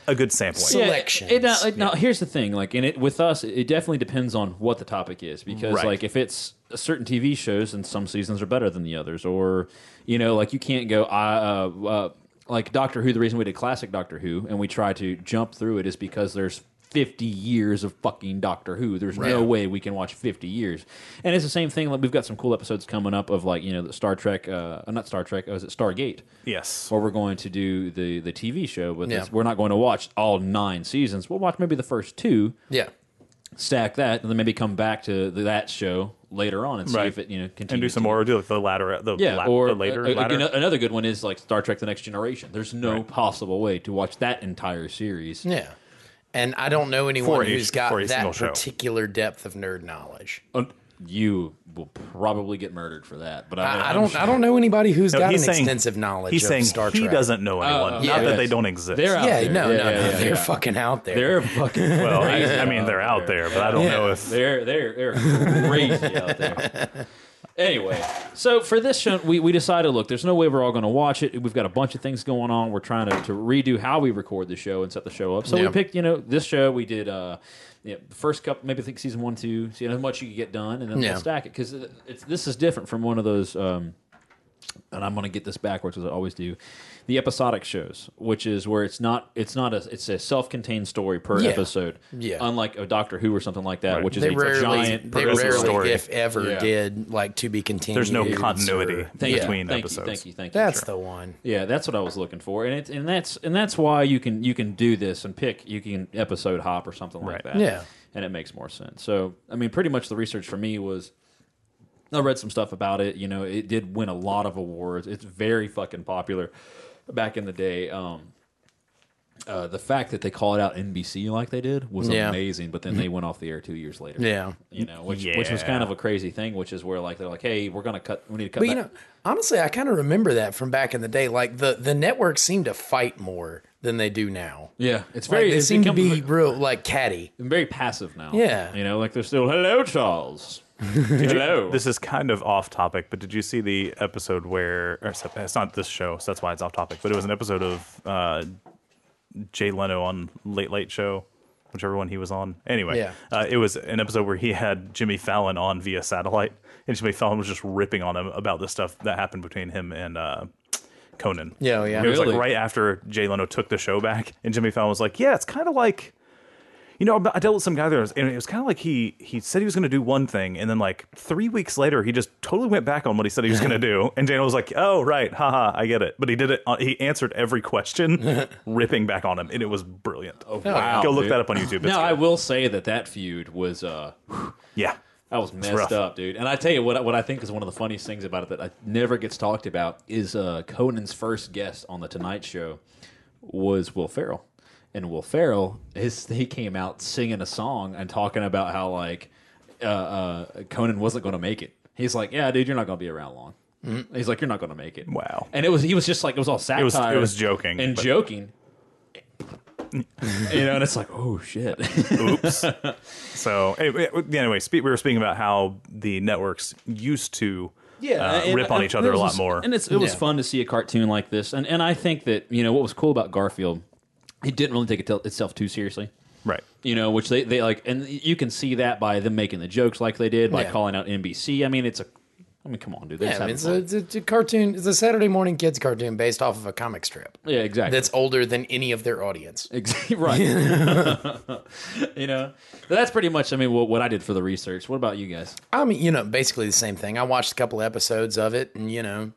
Speaker 3: a good sampling.
Speaker 2: So-
Speaker 1: show. Yeah,
Speaker 2: selections.
Speaker 1: It, it- it- no, here's the thing. Like, and it with us, it definitely depends on what the topic is because,
Speaker 3: Right.
Speaker 1: like, if it's certain TV shows, then some seasons are better than the others, or you know, like you can't go. I uh, uh, like Doctor Who. The reason we did classic Doctor Who and we try to jump through it is because there's. 50 years of fucking Doctor Who. There's no way we can watch 50 years. And it's the same thing. Like we've got some cool episodes coming up of like, you know, the Star Trek, uh, not Star Trek, oh, is it Stargate?
Speaker 3: yes.
Speaker 1: or we're going to do the the TV show, but
Speaker 2: Yeah.
Speaker 1: this, we're not going to watch all nine seasons. We'll watch maybe the first two,
Speaker 2: yeah.
Speaker 1: stack that, and then maybe come back to the, that show later on and see
Speaker 3: Right.
Speaker 1: if it you know continues
Speaker 3: and do some
Speaker 1: to-
Speaker 3: more. Do like the latter, uh, the,
Speaker 1: Yeah,
Speaker 3: la-
Speaker 1: or
Speaker 3: the later,
Speaker 1: uh, uh,
Speaker 3: latter.
Speaker 1: ano- another good one is like Star Trek: The Next Generation. There's no possible way to watch that entire series.
Speaker 2: Yeah. And I don't know anyone
Speaker 3: For each-
Speaker 2: who's
Speaker 3: for
Speaker 2: got
Speaker 3: each
Speaker 2: that
Speaker 3: single show.
Speaker 2: particular depth of nerd knowledge.
Speaker 1: Uh, You will probably get murdered for that, but I,
Speaker 2: I, I don't. I don't know anybody who's
Speaker 3: No,
Speaker 2: got an
Speaker 3: he's saying-
Speaker 2: extensive knowledge.
Speaker 3: He's
Speaker 2: of
Speaker 3: saying
Speaker 2: Star
Speaker 3: he
Speaker 2: Trek.
Speaker 3: doesn't know anyone.
Speaker 1: Uh, yeah,
Speaker 3: not that
Speaker 1: yes.
Speaker 3: they don't exist.
Speaker 1: They're out
Speaker 2: Yeah.
Speaker 1: there.
Speaker 2: No.
Speaker 1: Yeah,
Speaker 2: no.
Speaker 1: yeah,
Speaker 2: no.
Speaker 1: yeah,
Speaker 2: they're
Speaker 1: yeah.
Speaker 2: fucking out there.
Speaker 1: They're fucking.
Speaker 3: well, Oh, I, I mean, they're out there, but I don't know if
Speaker 1: They're they're they're crazy out there. Anyway, so for this show, we, we decided look, there's no way we're all going to watch it. We've got a bunch of things going on. We're trying to, to redo how we record the show and set the show up. So we
Speaker 2: Yeah.
Speaker 1: picked, you know, this show we did uh, yeah, the first couple, maybe I think season one, two, see how much you could get done, and then
Speaker 2: Yeah.
Speaker 1: we'll stack it because this is different from one of those. Um, and I'm going to get this backwards as I always do. The episodic shows, which is where it's not it's not a it's a self-contained story per
Speaker 2: Yeah.
Speaker 1: episode,
Speaker 2: Yeah.
Speaker 1: unlike a Doctor Who or something like that,
Speaker 3: Right.
Speaker 1: which is
Speaker 2: They
Speaker 1: it's
Speaker 2: rarely.
Speaker 1: a giant
Speaker 2: they
Speaker 3: personal
Speaker 2: rarely,
Speaker 3: story.
Speaker 2: if ever,
Speaker 1: Yeah.
Speaker 2: did like to be continued.
Speaker 3: there's no
Speaker 2: or-
Speaker 3: continuity
Speaker 1: Thank you.
Speaker 3: between
Speaker 1: Thank
Speaker 3: episodes.
Speaker 1: You, thank you, thank you.
Speaker 2: That's the one.
Speaker 1: yeah, that's what I was looking for, and it's and that's and that's why you can you can do this and pick you can episode hop or something like
Speaker 3: Right.
Speaker 1: that.
Speaker 2: Yeah.
Speaker 1: and it makes more sense. So I mean, pretty much the research for me was. I read some stuff about it. You know, it did win a lot of awards. It's very fucking popular back in the day. Um, uh, the fact that they called out NBC like they did was
Speaker 2: Yeah.
Speaker 1: amazing, but then they went off the air two years later.
Speaker 2: Yeah.
Speaker 1: you know, which which was
Speaker 3: Yeah.
Speaker 1: kind of a crazy thing. Which is where like they're like, hey, we're gonna cut. We need to cut.
Speaker 2: But
Speaker 1: back.
Speaker 2: you know, honestly, I kind of remember that from back in the day. Like the the networks seem to fight more than they do now.
Speaker 1: yeah, it's
Speaker 2: Like,
Speaker 1: very.
Speaker 2: they
Speaker 1: it's
Speaker 2: seem to
Speaker 1: become
Speaker 2: be real like catty.
Speaker 1: very passive now.
Speaker 2: Yeah.
Speaker 1: you know, like they're still hello, Charles. hello.
Speaker 3: This is kind of off topic, but did you see the episode where? Or it's it's not this show, so that's why it's off topic. But it was an episode of uh, Jay Leno on Late Late Show. whichever one he was on. Anyway,
Speaker 2: Yeah.
Speaker 3: uh, it was an episode where he had Jimmy Fallon on via satellite, and Jimmy Fallon was just ripping on him about the stuff that happened between him and uh, Conan.
Speaker 2: Yeah, oh, yeah.
Speaker 3: It was like
Speaker 1: Really?
Speaker 3: right after Jay Leno took the show back, and Jimmy Fallon was like, "Yeah, it's kind of like." You know, I dealt with some guy there, and it was kind of like he he said he was going to do one thing, and then like three weeks later, he just totally went back on what he said he was going to do. And Dana was like, "Oh, right, haha, I get it." But he did it. uh, He answered every question, ripping back on him, and it was brilliant. Oh,
Speaker 1: wow,
Speaker 3: Go look
Speaker 1: dude.
Speaker 3: that up on YouTube. It's
Speaker 1: No, I
Speaker 3: good.
Speaker 1: will say that that feud was uh,
Speaker 3: yeah,
Speaker 1: I was
Speaker 3: rough.
Speaker 1: messed up, dude. And I tell you what, I- what I think is one of the funniest things about it that I, never gets talked about is uh, Conan's first guest on the Tonight Show was Will Ferrell, and Will Ferrell his he came out singing a song and talking about how like uh, uh, Conan wasn't going to make it. He's like, "Yeah, dude, you're not going to be around long." He's like, "You're not going to make it."
Speaker 3: Mm-hmm. Wow.
Speaker 1: And it was he was just like it was all satire.
Speaker 3: was- it was joking,
Speaker 1: and
Speaker 3: but-
Speaker 1: joking. you know, and it's like, oh shit.
Speaker 3: Oops. so anyway, anyway spe- we were speaking about how the networks used to uh,
Speaker 1: and-
Speaker 3: rip on
Speaker 1: and
Speaker 3: each other
Speaker 1: it
Speaker 3: a lot
Speaker 1: was-
Speaker 3: more.
Speaker 1: And it's, it was
Speaker 2: Yeah.
Speaker 1: fun to see a cartoon like this. And and I think that you know what was cool about Garfield, it didn't really take it itself too seriously.
Speaker 3: right.
Speaker 1: You know, which they, they like, and you can see that by them making the jokes like they did, by
Speaker 2: Yeah.
Speaker 1: calling out NBC. I mean, it's a, I mean, come on, dude. they're
Speaker 2: Yeah,
Speaker 1: just
Speaker 2: I mean,
Speaker 1: having
Speaker 2: it's, a,
Speaker 1: fun.
Speaker 2: it's a- it's a cartoon. It's a Saturday morning kids cartoon based off of a comic strip
Speaker 1: yeah, exactly.
Speaker 2: that's older than any of their audience.
Speaker 1: Exactly right. you know, But that's pretty much. I mean, what, what I did for the research. What about you guys?
Speaker 2: I mean, you know, basically the same thing. I watched a couple episodes of it, and you know,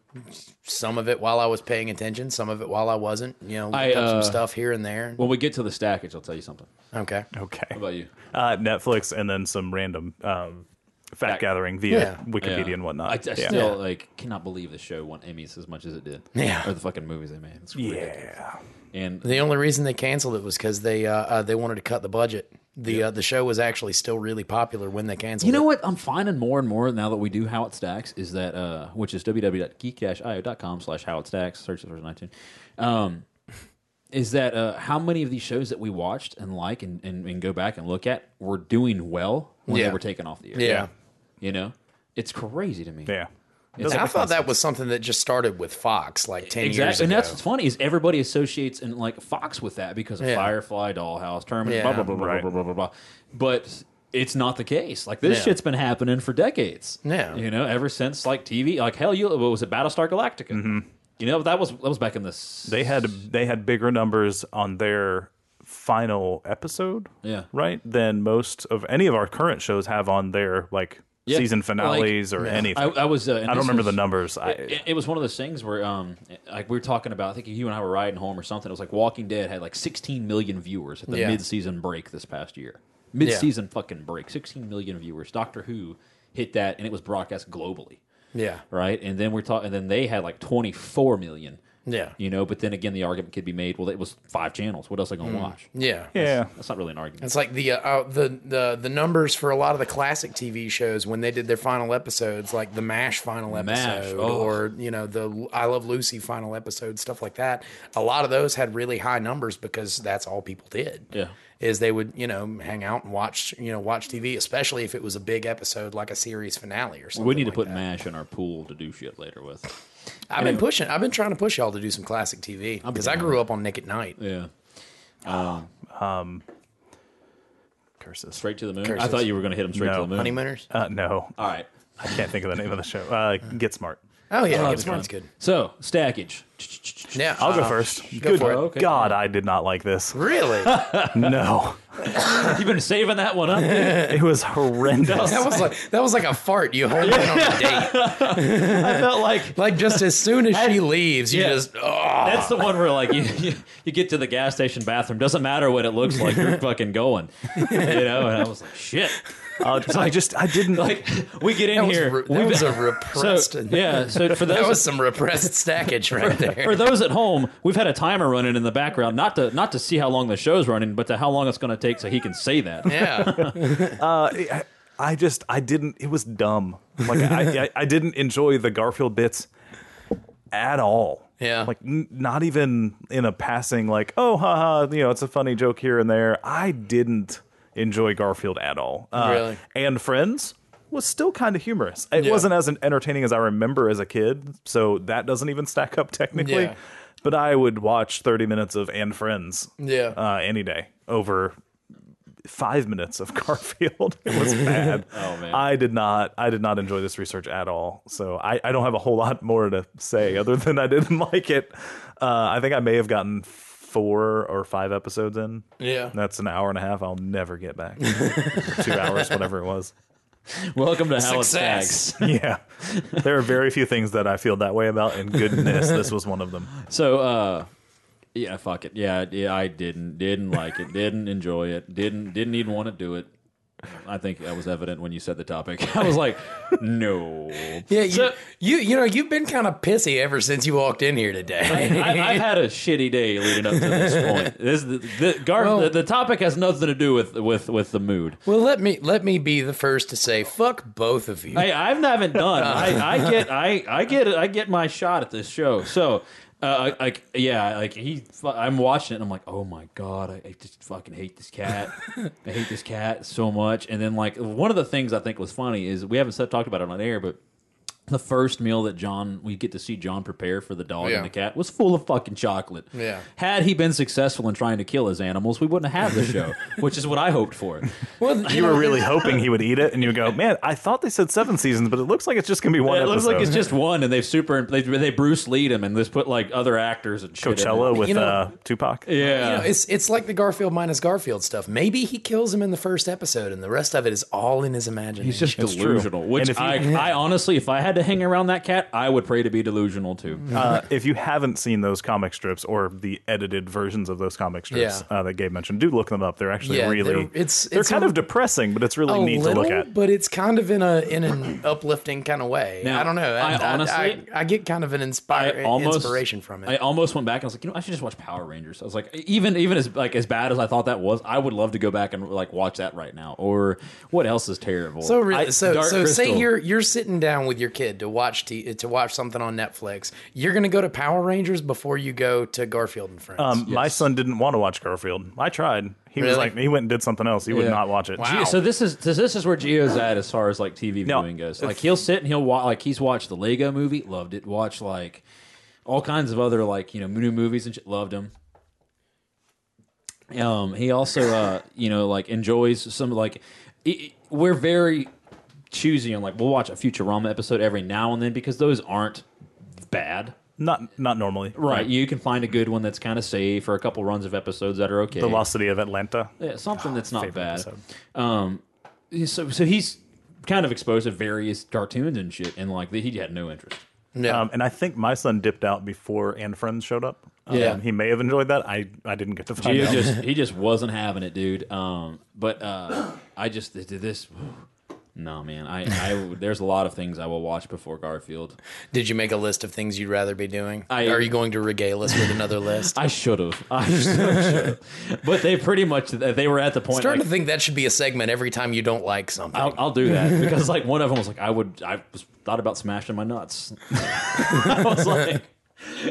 Speaker 2: some of it while I was paying attention, some of it while I wasn't. You know, looked
Speaker 1: I,
Speaker 2: up
Speaker 1: uh,
Speaker 2: some stuff here and there.
Speaker 1: When we get to the stackage, I'll tell you something.
Speaker 2: Okay,
Speaker 3: Okay.
Speaker 1: What about you?
Speaker 3: uh, Netflix, and then some random um, fact
Speaker 1: Fact-
Speaker 3: gathering via
Speaker 2: Yeah.
Speaker 3: Wikipedia
Speaker 1: Yeah.
Speaker 3: and whatnot.
Speaker 1: I, I
Speaker 3: yeah.
Speaker 1: still like cannot believe the show won Emmys as much as it did.
Speaker 2: Yeah.
Speaker 1: or the fucking movies they made. It's ridiculous.
Speaker 3: yeah.
Speaker 1: and
Speaker 2: the only reason they canceled it was because they uh, uh, they wanted to cut the budget. The uh, the show was actually still really popular when they canceled.
Speaker 1: you know what?
Speaker 2: it.
Speaker 1: I'm finding more and more now that we do How It Stacks is that uh, which is www.geek-io.com slash How It Stacks. Search it for 19. Um, is that uh, how many of these shows that we watched and like and, and, and go back and look at were doing well when
Speaker 2: Yeah.
Speaker 1: they were taken off the air?
Speaker 2: Yeah.
Speaker 1: you know, it's crazy to me.
Speaker 3: Yeah.
Speaker 2: And I thought that was something that just started with Fox like ten years
Speaker 1: Exactly, and
Speaker 2: ago.
Speaker 1: that's what's funny is everybody associates and like Fox with that because of
Speaker 2: Yeah.
Speaker 1: Firefly, Dollhouse, Terminator,
Speaker 2: Yeah.
Speaker 1: blah blah blah, blah
Speaker 3: Right.
Speaker 1: blah blah blah blah. But it's not the case. Like this
Speaker 2: Yeah.
Speaker 1: shit's been happening for decades.
Speaker 2: Yeah.
Speaker 1: you know, ever since like TV, like hell, you what was it, Battlestar Galactica?
Speaker 3: Mm-hmm.
Speaker 1: You know, that was that was back in the s-
Speaker 3: They had they had bigger numbers on their final episode,
Speaker 1: Yeah.
Speaker 3: right, than most of any of our current shows have on their like
Speaker 1: Yeah,
Speaker 3: season finales or anything.
Speaker 1: I,
Speaker 3: I,
Speaker 1: I was. Uh, and
Speaker 3: don't
Speaker 1: this
Speaker 3: remember
Speaker 1: was-
Speaker 3: the numbers. I,
Speaker 1: It, it was one of those things where, um, like we were talking about. I think you and I were riding home or something. It was like Walking Dead had like 16 million viewers at the
Speaker 2: Yeah.
Speaker 1: mid-season break this past year. Mid-season fucking break, 16 million viewers. Doctor Who hit that, and it was broadcast globally,
Speaker 2: yeah,
Speaker 1: right? And then we're talking, and then they had like 24 million.
Speaker 2: Yeah.
Speaker 1: you know. But then again, the argument could be made: well, it was five channels. What else are they gonna watch?
Speaker 2: Hmm. yeah,
Speaker 3: yeah,
Speaker 1: That's not really an argument.
Speaker 2: It's like the uh, uh, the the the numbers for a lot of the classic TV shows when they did their final episodes, like the Mash final
Speaker 1: MASH,
Speaker 2: episode,
Speaker 1: oh.
Speaker 2: or you know the I Love Lucy final episode, stuff like that. A lot of those had really high numbers because that's all people did.
Speaker 1: Yeah.
Speaker 2: is they would you know hang out and watch you know watch TV, especially if it was a big episode like a series finale or something.
Speaker 1: We need to
Speaker 2: like
Speaker 1: put
Speaker 2: that.
Speaker 1: Mash in our pool to do shit later with.
Speaker 2: I've been pushing. I've been trying to push y'all to do some classic TV because I grew up on Nick at Night.
Speaker 1: Yeah.
Speaker 3: Um, curses.
Speaker 1: Straight to the moon. I
Speaker 2: Curses.
Speaker 1: thought you were going to hit him straight
Speaker 3: No.
Speaker 1: to the moon.
Speaker 2: Honeymooners.
Speaker 3: Uh, no,
Speaker 1: All right.
Speaker 3: I can't think of the name of the show. Uh, Get Smart.
Speaker 2: Oh yeah,
Speaker 1: Oh,
Speaker 2: it's
Speaker 1: fun.
Speaker 2: good.
Speaker 1: So stackage.
Speaker 2: Yeah,
Speaker 3: I'll go
Speaker 2: uh,
Speaker 3: first.
Speaker 2: go
Speaker 3: Good
Speaker 2: for it.
Speaker 1: Okay.
Speaker 3: God, I did not like this.
Speaker 2: Really, that
Speaker 3: No,
Speaker 1: You've been saving that one up. dude.
Speaker 3: it was horrendous.
Speaker 2: was like that was like a fart you honed in on a date.
Speaker 3: I felt like
Speaker 2: Like just as soon as she leaves, you
Speaker 1: yeah.
Speaker 2: just oh
Speaker 1: That's the one where like you, you you get to the gas station bathroom. Doesn't matter what it looks like. You're fucking going. You know. And I was like, shit.
Speaker 3: uh, I just I didn't
Speaker 1: Like we get in
Speaker 2: that was,
Speaker 1: here.
Speaker 2: re-
Speaker 1: we-
Speaker 2: that was a
Speaker 1: so,
Speaker 2: repressed.
Speaker 1: yeah. So for those
Speaker 2: that was some repressed stackage right
Speaker 1: for
Speaker 2: there.
Speaker 1: those at home, we've had a timer running in the background, not to not to see how long the show's running, but to how long it's going to take so he can say that.
Speaker 2: Yeah,
Speaker 3: Uh, I, I just I didn't. It was dumb. Like I, I I didn't enjoy the Garfield bits at all.
Speaker 2: Yeah.
Speaker 3: Like n- not even in a passing like oh haha you know it's a funny joke here and there. I didn't enjoy Garfield at all. Uh,
Speaker 2: Really?
Speaker 3: And Friends was still kind of humorous. It
Speaker 2: Yeah.
Speaker 3: wasn't as entertaining as I remember as a kid, so that doesn't even stack up technically.
Speaker 2: Yeah.
Speaker 3: But I would watch 30 minutes of And Friends
Speaker 2: Yeah.
Speaker 3: uh, any day over five minutes of Garfield. It was bad.
Speaker 1: Oh, man.
Speaker 3: I did not. I did not enjoy this research at all. So I, I don't have a whole lot more to say other than I didn't like it. Uh, I think I may have gotten four or five episodes in.
Speaker 2: Yeah.
Speaker 3: That's an hour and a half. I'll never get back. Two hours, whatever it was.
Speaker 1: Welcome to
Speaker 2: Success.
Speaker 1: Halifax.
Speaker 3: Yeah. There are very few things that I feel that way about, and goodness, this was one of them.
Speaker 1: So, uh, yeah, fuck it. Yeah, yeah, I didn't didn't like it. Didn't enjoy it. Didn't didn't even want to do it. I think that was evident when you said the topic. I was like, no.
Speaker 2: Yeah, you,
Speaker 1: So-
Speaker 2: you you know you've been kind of pissy ever since you walked in here today.
Speaker 1: I, I had a shitty day leading up to this point. This the, the, Gar, the, the topic has nothing to do with with with the mood.
Speaker 2: well, let me let me be the first to say fuck both of you.
Speaker 1: Hey, I haven't done. I, I get, I, I get, I get my shot at this show. So, uh, like, yeah, like he, I'm watching it. and I'm like, oh my god, I, I just fucking hate this cat. I hate this cat so much. And then, like, one of the things I think was funny is we haven't said, talked about it on air, but the first meal that John we get to see John prepare for the dog
Speaker 2: Yeah.
Speaker 1: and the cat was full of fucking chocolate.
Speaker 2: Yeah.
Speaker 1: Had he been successful in trying to kill his animals, we wouldn't have the show, which is what I hoped for.
Speaker 3: You were really hoping he would eat it, and you would go, man, I thought they said seven seasons, but it looks like it's just going to be one
Speaker 1: it
Speaker 3: episode.
Speaker 1: looks like it's just one, and they've super they, they Bruce Lead him and just put like other actors and shit in it.
Speaker 3: Coachella with
Speaker 2: You know-
Speaker 3: uh, Tupac.
Speaker 1: yeah,
Speaker 2: You know, it's it's like the Garfield minus Garfield stuff. Maybe he kills him in the first episode, and the rest of it is all in his imagination.
Speaker 1: he's just
Speaker 3: It's true.
Speaker 1: delusional. Which
Speaker 3: And if you-
Speaker 1: I, I honestly, if I had to hang around that cat, I would pray to be delusional too.
Speaker 2: Mm-hmm.
Speaker 3: Uh, if you haven't seen those comic strips or the edited versions of those comic strips
Speaker 2: Yeah.
Speaker 3: uh, that Gabe mentioned, do look them up. They're actually
Speaker 2: Yeah,
Speaker 3: really
Speaker 2: they're- it's-
Speaker 3: they're
Speaker 2: it's
Speaker 3: kind
Speaker 2: a-
Speaker 3: of depressing, but it's really
Speaker 2: a
Speaker 3: neat
Speaker 2: little,
Speaker 3: to look at.
Speaker 2: but it's kind of in a in an uplifting kind of way.
Speaker 1: Now,
Speaker 2: I don't know.
Speaker 1: I honestly-
Speaker 2: I, I get kind of an inspire,
Speaker 1: I almost
Speaker 2: inspiration from it.
Speaker 1: I almost went back and I was like, you know, I should just watch Power Rangers. I was like, even even as like as bad as I thought that was, I would love to go back and like watch that right now. Or what else is terrible?
Speaker 2: So really,
Speaker 1: I-
Speaker 2: so
Speaker 1: Dark
Speaker 2: so say
Speaker 1: Crystal.
Speaker 2: you're you're sitting down with your kid to watch t- to watch something on Netflix. You're gonna go to Power Rangers before you go to Garfield and Friends.
Speaker 3: Um, My son didn't want to watch Garfield. I tried. He was
Speaker 2: Really?
Speaker 3: like, he went and did something else. He would
Speaker 1: Yeah.
Speaker 3: not watch it.
Speaker 2: Wow.
Speaker 1: Gee, So this is this, this is where Gio's at as far as like TV
Speaker 3: No.
Speaker 1: viewing goes. Like he'll sit and he'll watch like he's watched the Lego movie, loved it. Watched like all kinds of other like you know new movies and shit, loved them. Um, he also uh, you know like enjoys some like i i- we're very choosy on like we'll watch a Futurama episode every now and then because those aren't bad.
Speaker 3: Not not normally.
Speaker 1: Right, you can find a good one that's kind of safe, or a couple runs of episodes that are okay.
Speaker 3: The Lost City of Atlanta.
Speaker 1: Yeah, something that's not
Speaker 3: Ah, favorite
Speaker 1: bad.
Speaker 3: episode.
Speaker 1: Um, so so he's kind of exposed to various cartoons and shit, and like he had no interest.
Speaker 2: yeah.
Speaker 3: Um, and I think my son dipped out before and friends showed up. Um,
Speaker 1: Yeah.
Speaker 3: he may have enjoyed that. I, I didn't get to find
Speaker 1: He
Speaker 3: out.
Speaker 1: just he just wasn't having it, dude. Um, but uh, I just did this. No man, I, I there's a lot of things I will watch before Garfield.
Speaker 2: Did you make a list of things you'd rather be doing?
Speaker 1: I-
Speaker 2: Are you going to regale us with another list? I'm
Speaker 1: I should have, I should have, but they pretty much they were at the point.
Speaker 2: starting
Speaker 1: like,
Speaker 2: to think that should be a segment every time you don't like something.
Speaker 1: I'll, I'll do that because like one of them was like I would I was, thought about smashing my nuts. I was like,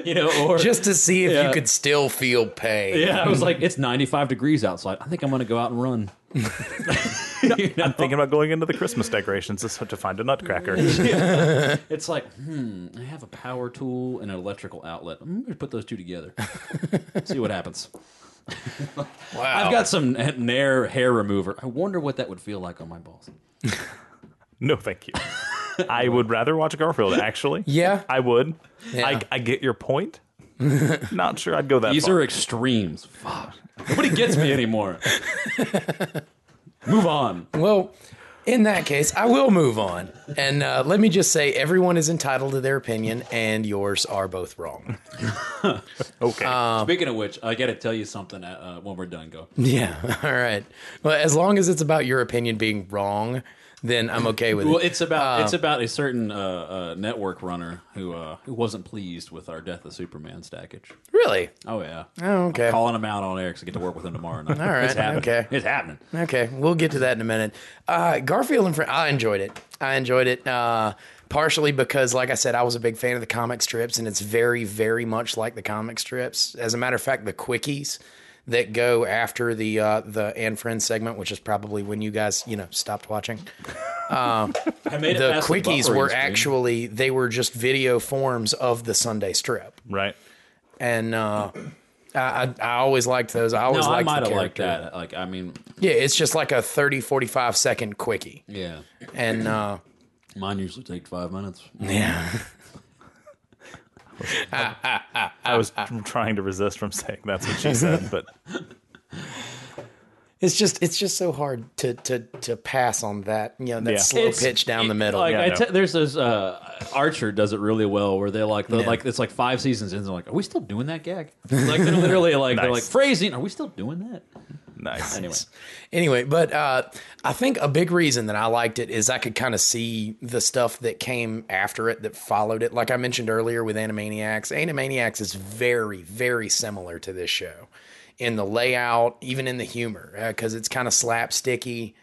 Speaker 1: you know, or
Speaker 2: just to see if
Speaker 1: Yeah.
Speaker 2: you could still feel pain.
Speaker 1: Yeah, I was like, it's 95 degrees outside. I think I'm going to go out and run. You know?
Speaker 3: Thinking about going into the Christmas decorations to to find a nutcracker.
Speaker 1: It's like, hmm, I have a power tool and an electrical outlet. I'm going to put those two together. See what happens.
Speaker 2: Wow.
Speaker 1: I've got some Nair hair remover. I wonder what that would feel like on my balls.
Speaker 3: No, thank you. I would rather watch Garfield, actually.
Speaker 2: Yeah.
Speaker 3: I would.
Speaker 2: Yeah.
Speaker 3: I, I get your point. Not sure I'd go that
Speaker 1: These
Speaker 3: far.
Speaker 1: are extremes. Fuck. Nobody gets me anymore. Move on.
Speaker 2: Well, in that case, I will move on. And uh, let me just say everyone is entitled to their opinion, and yours are both wrong.
Speaker 3: okay.
Speaker 1: Speaking of which, I got to tell you something uh, when we're done. Go.
Speaker 2: Yeah. All right. Well, as long as it's about your opinion being wrong, then I'm okay with
Speaker 1: Well,
Speaker 2: it.
Speaker 1: it's about it's about a certain uh, uh, network runner who uh, who wasn't pleased with our Death of Superman stackage.
Speaker 2: Really?
Speaker 1: Oh yeah.
Speaker 2: Oh, okay.
Speaker 1: I'm calling him out on air because I get to work with him tomorrow night.
Speaker 2: All right,
Speaker 1: It's happening.
Speaker 2: okay.
Speaker 1: It's happening.
Speaker 2: Okay, we'll get to that in a minute. Uh, Garfield and Friends, I enjoyed it. I enjoyed it uh, partially because, like I said, I was a big fan of the comic strips, and it's very, very much like the comic strips. As a matter of fact, the quickies that go after the uh, the and Friends segment, which is probably when you guys you know stopped watching.
Speaker 1: I made
Speaker 2: The
Speaker 1: past
Speaker 2: quickies
Speaker 1: buffering
Speaker 2: were
Speaker 1: screen.
Speaker 2: actually they were just video forms of the Sunday strip,
Speaker 3: right.
Speaker 2: and uh, I, I, I always liked those. I always
Speaker 1: no, I
Speaker 2: liked
Speaker 1: might
Speaker 2: the
Speaker 1: have liked
Speaker 2: character.
Speaker 1: that. Like, I mean,
Speaker 2: Yeah, it's just like a 30, 45 second quickie.
Speaker 1: yeah,
Speaker 2: And uh,
Speaker 1: mine usually take five minutes.
Speaker 2: yeah,
Speaker 1: uh,
Speaker 3: I was trying to resist from saying that's what she said, but
Speaker 2: it's just it's just so hard to to to pass on that you know that
Speaker 3: Yeah.
Speaker 2: slow pitch down the middle.
Speaker 1: Like,
Speaker 3: Yeah,
Speaker 1: I
Speaker 3: no.
Speaker 1: te- there's this uh, Archer does it really well, where they like the,
Speaker 2: Yeah.
Speaker 1: like it's like five seasons in, they're like, are we still doing that gag? Like they're literally like they're like
Speaker 3: Nice.
Speaker 1: phrasing, are we still doing that?
Speaker 3: nice.
Speaker 1: Anyway,
Speaker 2: anyway, but uh, I think a big reason that I liked it is I could kind of see the stuff that came after it that followed it. Like I mentioned earlier with Animaniacs, Animaniacs is very, very similar to this show in the layout, even in the humor, because it's kind of slapsticky.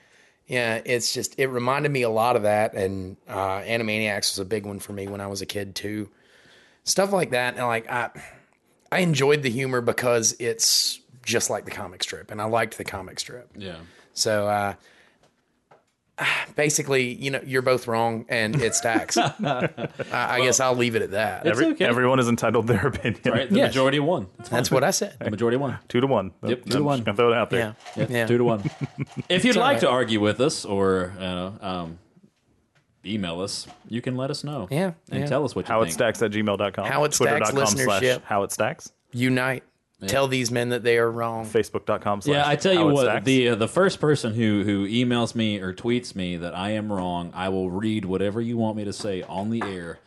Speaker 2: Yeah, it's just it reminded me a lot of that, and uh, Animaniacs was a big one for me when I was a kid too. Stuff like that, and like I, I enjoyed the humor because it's just like the comic strip, and I liked the comic strip.
Speaker 1: yeah,
Speaker 2: So uh, basically, you know, you're both wrong, and it stacks. I, I guess I'll leave it at that.
Speaker 1: It's okay.
Speaker 3: Everyone is entitled their opinion.
Speaker 1: right. The
Speaker 2: Yes.
Speaker 1: majority won. That's fine.
Speaker 2: That's what I said.
Speaker 1: The majority won.
Speaker 3: Two to one. Oh,
Speaker 1: Yep, two to
Speaker 3: I'm just
Speaker 1: one.
Speaker 3: Gonna throw it out there.
Speaker 2: Yeah, yeah.
Speaker 1: Two to one. if you'd like
Speaker 2: right.
Speaker 1: to argue with us or uh, um, email us, you can let us know.
Speaker 2: Yeah,
Speaker 1: and
Speaker 2: yeah.
Speaker 1: tell us what you
Speaker 3: How it
Speaker 1: think.
Speaker 3: stacks at gmail.com.
Speaker 2: How It Stacks listenership.
Speaker 3: how it stacks.
Speaker 2: Unite. Tell these men that they are wrong.
Speaker 3: Facebook.com slash
Speaker 1: Yeah, I tell you
Speaker 3: How It
Speaker 1: what,
Speaker 3: Stacks.
Speaker 1: the uh, the first person who who emails me or tweets me that I am wrong, I will read whatever you want me to say on the air.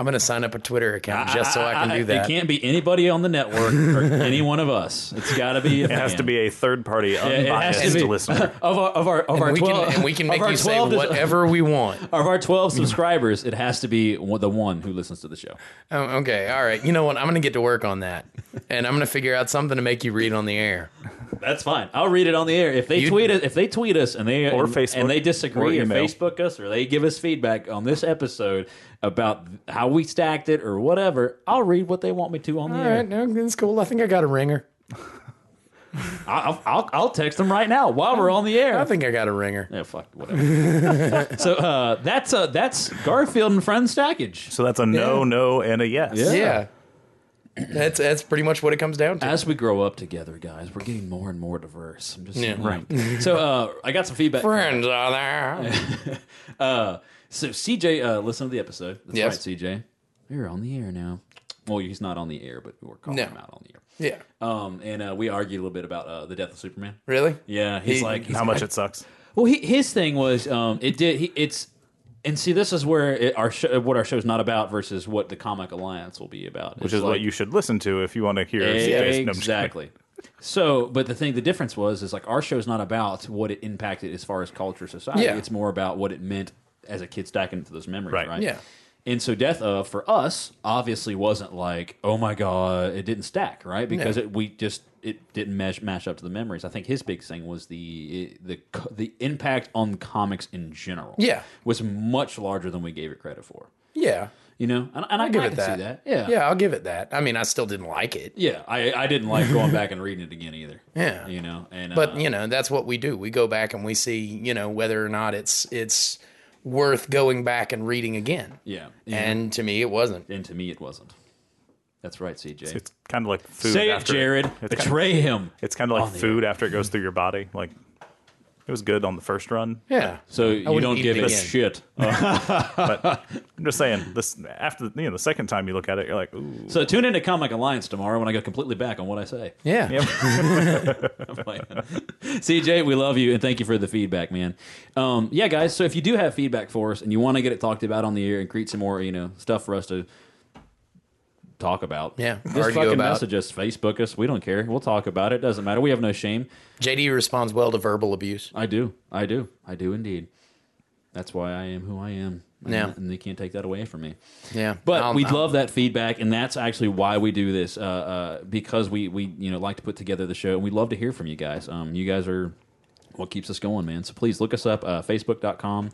Speaker 2: I'm going to sign up a Twitter account just so I can do that.
Speaker 1: It can't be anybody on the network or any one of us. It's got to be. A
Speaker 3: it has to be a third party
Speaker 1: it has to
Speaker 3: unbiased
Speaker 1: be.
Speaker 3: listener.
Speaker 1: of our of our of our
Speaker 2: we
Speaker 1: twelve
Speaker 2: can, and we can
Speaker 1: of
Speaker 2: make
Speaker 1: our
Speaker 2: you say
Speaker 1: 12 dis-
Speaker 2: whatever we want.
Speaker 1: of our twelve subscribers. It has to be one- the one who listens to the show.
Speaker 2: Oh, okay, all right. You know what? I'm going to get to work on that, and I'm going to figure out something to make you read on the air.
Speaker 1: That's fine. I'll read it on the air. If they
Speaker 2: You-
Speaker 1: tweet us, if they tweet us and they
Speaker 3: Or
Speaker 1: and,
Speaker 3: Facebook,
Speaker 1: and they disagree
Speaker 3: or
Speaker 1: or,
Speaker 3: email.
Speaker 1: Facebook us or they give us feedback on this episode about how we stacked it or whatever, I'll read what they want me to on the
Speaker 2: All
Speaker 1: air.
Speaker 2: right, no, that's cool. I think I got a ringer.
Speaker 1: I- I'll, I'll I'll text them right now while we're on the air.
Speaker 2: I think I got a ringer.
Speaker 1: yeah, fuck whatever. so uh, that's uh, that's Garfield and Friends stackage.
Speaker 3: So that's a no,
Speaker 2: Yeah.
Speaker 3: no, and a yes.
Speaker 1: Yeah.
Speaker 2: Yeah, that's that's pretty much what it comes down to.
Speaker 1: As we grow up together, guys, we're getting more and more diverse. I'm just
Speaker 2: Yeah.
Speaker 1: right. so uh, I got some feedback.
Speaker 2: friends are there.
Speaker 1: Uh, so CJ, uh, listen to the episode. That's
Speaker 2: Yes.
Speaker 1: right, CJ. We're on the air now. Well, he's not on the air, but we're calling
Speaker 2: No.
Speaker 1: him out on the air.
Speaker 2: Yeah.
Speaker 1: Um, and uh, we argue a little bit about uh, the death of Superman.
Speaker 2: Really?
Speaker 1: Yeah, he's
Speaker 2: He-
Speaker 1: like, he's
Speaker 3: How much it sucks.
Speaker 1: well, he, his thing was um, it did. He, it's and see, this is where it, our show, what our show's not about versus what the Comic Alliance will be about,
Speaker 3: Which is what you should listen to if you want to hear CJ's no, I'm just kidding.
Speaker 1: exactly. So, but the thing, the difference was, is like our show's not about what it impacted as far as culture, society.
Speaker 2: Yeah.
Speaker 1: It's more about what it meant as a kid stacking to those memories, right?
Speaker 3: Right.
Speaker 2: Yeah.
Speaker 1: And so, death of for us obviously wasn't like, oh my god, it didn't stack, right? Because it, we just it didn't mesh, mash up to the memories. I think his big thing was the the co- the impact on comics in general.
Speaker 2: Yeah.
Speaker 1: was much larger than we gave it credit for.
Speaker 2: Yeah.
Speaker 1: You know, and, and I,
Speaker 2: I'll give
Speaker 1: I
Speaker 2: it
Speaker 1: can
Speaker 2: that.
Speaker 1: see that. Yeah,
Speaker 2: Yeah, I'll give it that. I mean, I still didn't like it.
Speaker 1: yeah, I, I didn't like going back and reading it again either.
Speaker 2: Yeah.
Speaker 1: you know, and
Speaker 2: But,
Speaker 1: uh,
Speaker 2: you know, that's what we do. We go back and we see, you know, whether or not it's it's worth going back and reading again.
Speaker 1: yeah, and,
Speaker 2: And to me it wasn't.
Speaker 1: and to me it wasn't. That's right, CJ.
Speaker 3: It's kind of like food.
Speaker 1: Say it,
Speaker 3: after
Speaker 1: Jared.
Speaker 3: It's kind of,
Speaker 1: Betray him.
Speaker 3: it's kind of like
Speaker 1: on the
Speaker 3: food after it goes through your body. Like it was good on the first run.
Speaker 2: Yeah.
Speaker 1: So you
Speaker 2: wouldn't
Speaker 1: don't
Speaker 2: eat
Speaker 1: give
Speaker 2: it
Speaker 1: a
Speaker 2: again.
Speaker 1: shit.
Speaker 3: I'm just saying this after you know the second time you look at it, you're like, ooh,
Speaker 1: So tune into Comic Alliance tomorrow when I go completely back on what I say.
Speaker 2: Yeah.
Speaker 1: CJ, we love you and thank you for the feedback, man. Um, yeah, guys. So if you do have feedback for us and you want to get it talked about on the air and create some more, you know, stuff for us to talk about,
Speaker 2: Yeah,
Speaker 1: just
Speaker 2: argue
Speaker 1: fucking
Speaker 2: about.
Speaker 1: message us, Facebook us. We don't care. We'll talk about it. Doesn't matter. We have no shame.
Speaker 2: JD responds well to verbal abuse.
Speaker 1: I do. I do. I do indeed. That's why I am who I am. And-
Speaker 2: Yeah.
Speaker 1: And they can't take that away from me.
Speaker 2: Yeah.
Speaker 1: But
Speaker 2: I'll-
Speaker 1: we'd
Speaker 2: I'll-
Speaker 1: love that feedback, and that's actually why we do this, uh, uh, because we we you know like to put together the show, and we love to hear from you guys. Um, you guys are what keeps us going, man. So please look us up, uh, Facebook.com.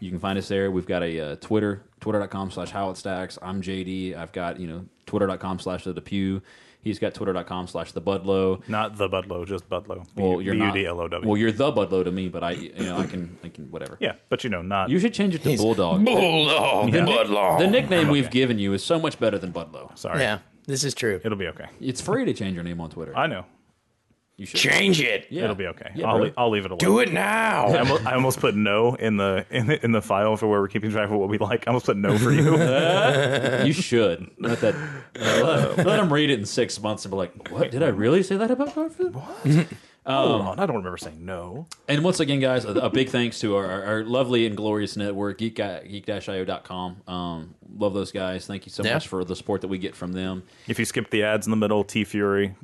Speaker 1: You can find us there. We've got a uh, Twitter, twitter.com slash how it stacks. I'm JD. I've got, you know, twitter.com slash the Depew. He's got twitter.com slash the Budlow.
Speaker 3: not the Budlow, just Budlow. B-
Speaker 1: Well, you're not.
Speaker 3: B-U-D-L-O-W.
Speaker 1: Well, you're the Budlow to me, but I, you know, I can, I can, whatever.
Speaker 3: yeah, but you know, not
Speaker 1: You should change it to Bulldog.
Speaker 2: Bulldog, Budlong.
Speaker 1: The nickname we've given you is so much better than Budlow.
Speaker 3: sorry.
Speaker 2: Yeah. This is true.
Speaker 3: It'll be okay.
Speaker 1: It's free to change your name on Twitter.
Speaker 3: I know.
Speaker 1: You should.
Speaker 2: Change it.
Speaker 1: Yeah.
Speaker 3: It'll be okay.
Speaker 1: Yeah,
Speaker 3: I'll,
Speaker 1: bro.
Speaker 3: le- I'll leave it alone.
Speaker 2: Do it
Speaker 3: I
Speaker 2: now.
Speaker 3: almost, I almost put no in the, in the in the file for where we're keeping track of what we like. I almost put no for you.
Speaker 1: You should. Let that. uh, let, let them read it in six months and be like, "What did I really say that about Garfield?" Um,
Speaker 3: Hold on, I don't remember saying no.
Speaker 1: And once again, guys, a, a big thanks to our, our, our lovely and glorious network, geek geek-io.com. Um, love those guys. Thank you so
Speaker 2: Yeah.
Speaker 1: much for the support that we get from them.
Speaker 3: If you skip the ads in the middle, T Fury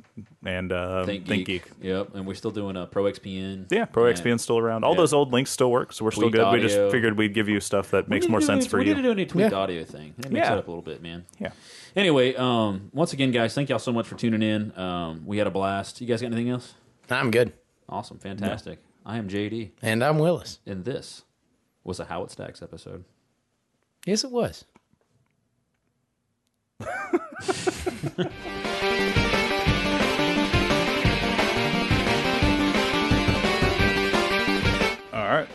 Speaker 3: and uh,
Speaker 1: Think,
Speaker 3: Think,
Speaker 1: geek.
Speaker 3: Geek.
Speaker 1: Yep, and we're still doing a Pro XPN.
Speaker 3: Yeah, Pro XPN's still around. All
Speaker 1: Yeah.
Speaker 3: those old links still work, so we're still
Speaker 1: Tweet
Speaker 3: good. We
Speaker 1: audio.
Speaker 3: just figured we'd give you stuff that
Speaker 1: We
Speaker 3: makes
Speaker 1: need to
Speaker 3: more
Speaker 1: do
Speaker 3: sense
Speaker 1: any-
Speaker 3: for
Speaker 1: We need to
Speaker 3: you.
Speaker 1: do any tweet
Speaker 2: Yeah.
Speaker 1: audio thing. It makes
Speaker 3: Yeah.
Speaker 1: it up a little bit, man.
Speaker 3: Yeah.
Speaker 1: Anyway, um, once again, guys, thank y'all so much for tuning in. Um, we had a blast. You guys got anything else?
Speaker 2: I'm good.
Speaker 1: Awesome, fantastic. I am JD,
Speaker 2: And I'm Willis.
Speaker 1: and this was a How It Stacks episode.
Speaker 2: Yes, it was.
Speaker 3: All right,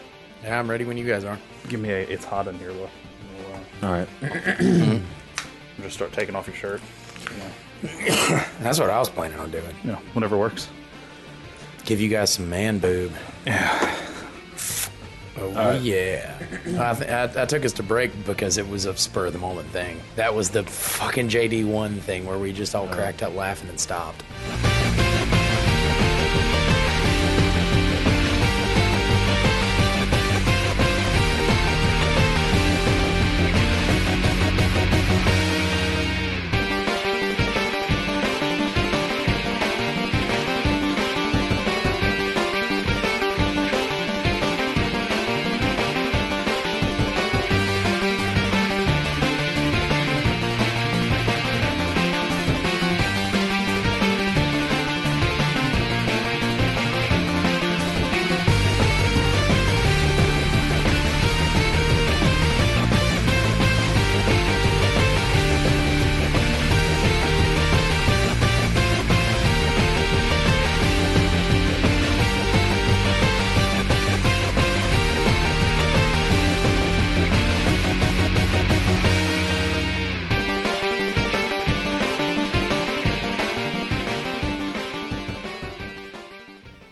Speaker 2: Yeah, I'm ready when you guys are.
Speaker 3: give me a. It's hot in here, look.
Speaker 1: All right.
Speaker 3: Just start taking off your shirt.
Speaker 2: That's what I was planning on doing.
Speaker 3: You know, whatever works.
Speaker 2: Give you guys some man boob. Oh yeah, I, th- I, I took us to break because it was a spur of the moment thing. That was the fucking JD one thing where we just all cracked up laughing and stopped.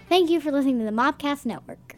Speaker 9: Thank you for listening to the Mobcast Network.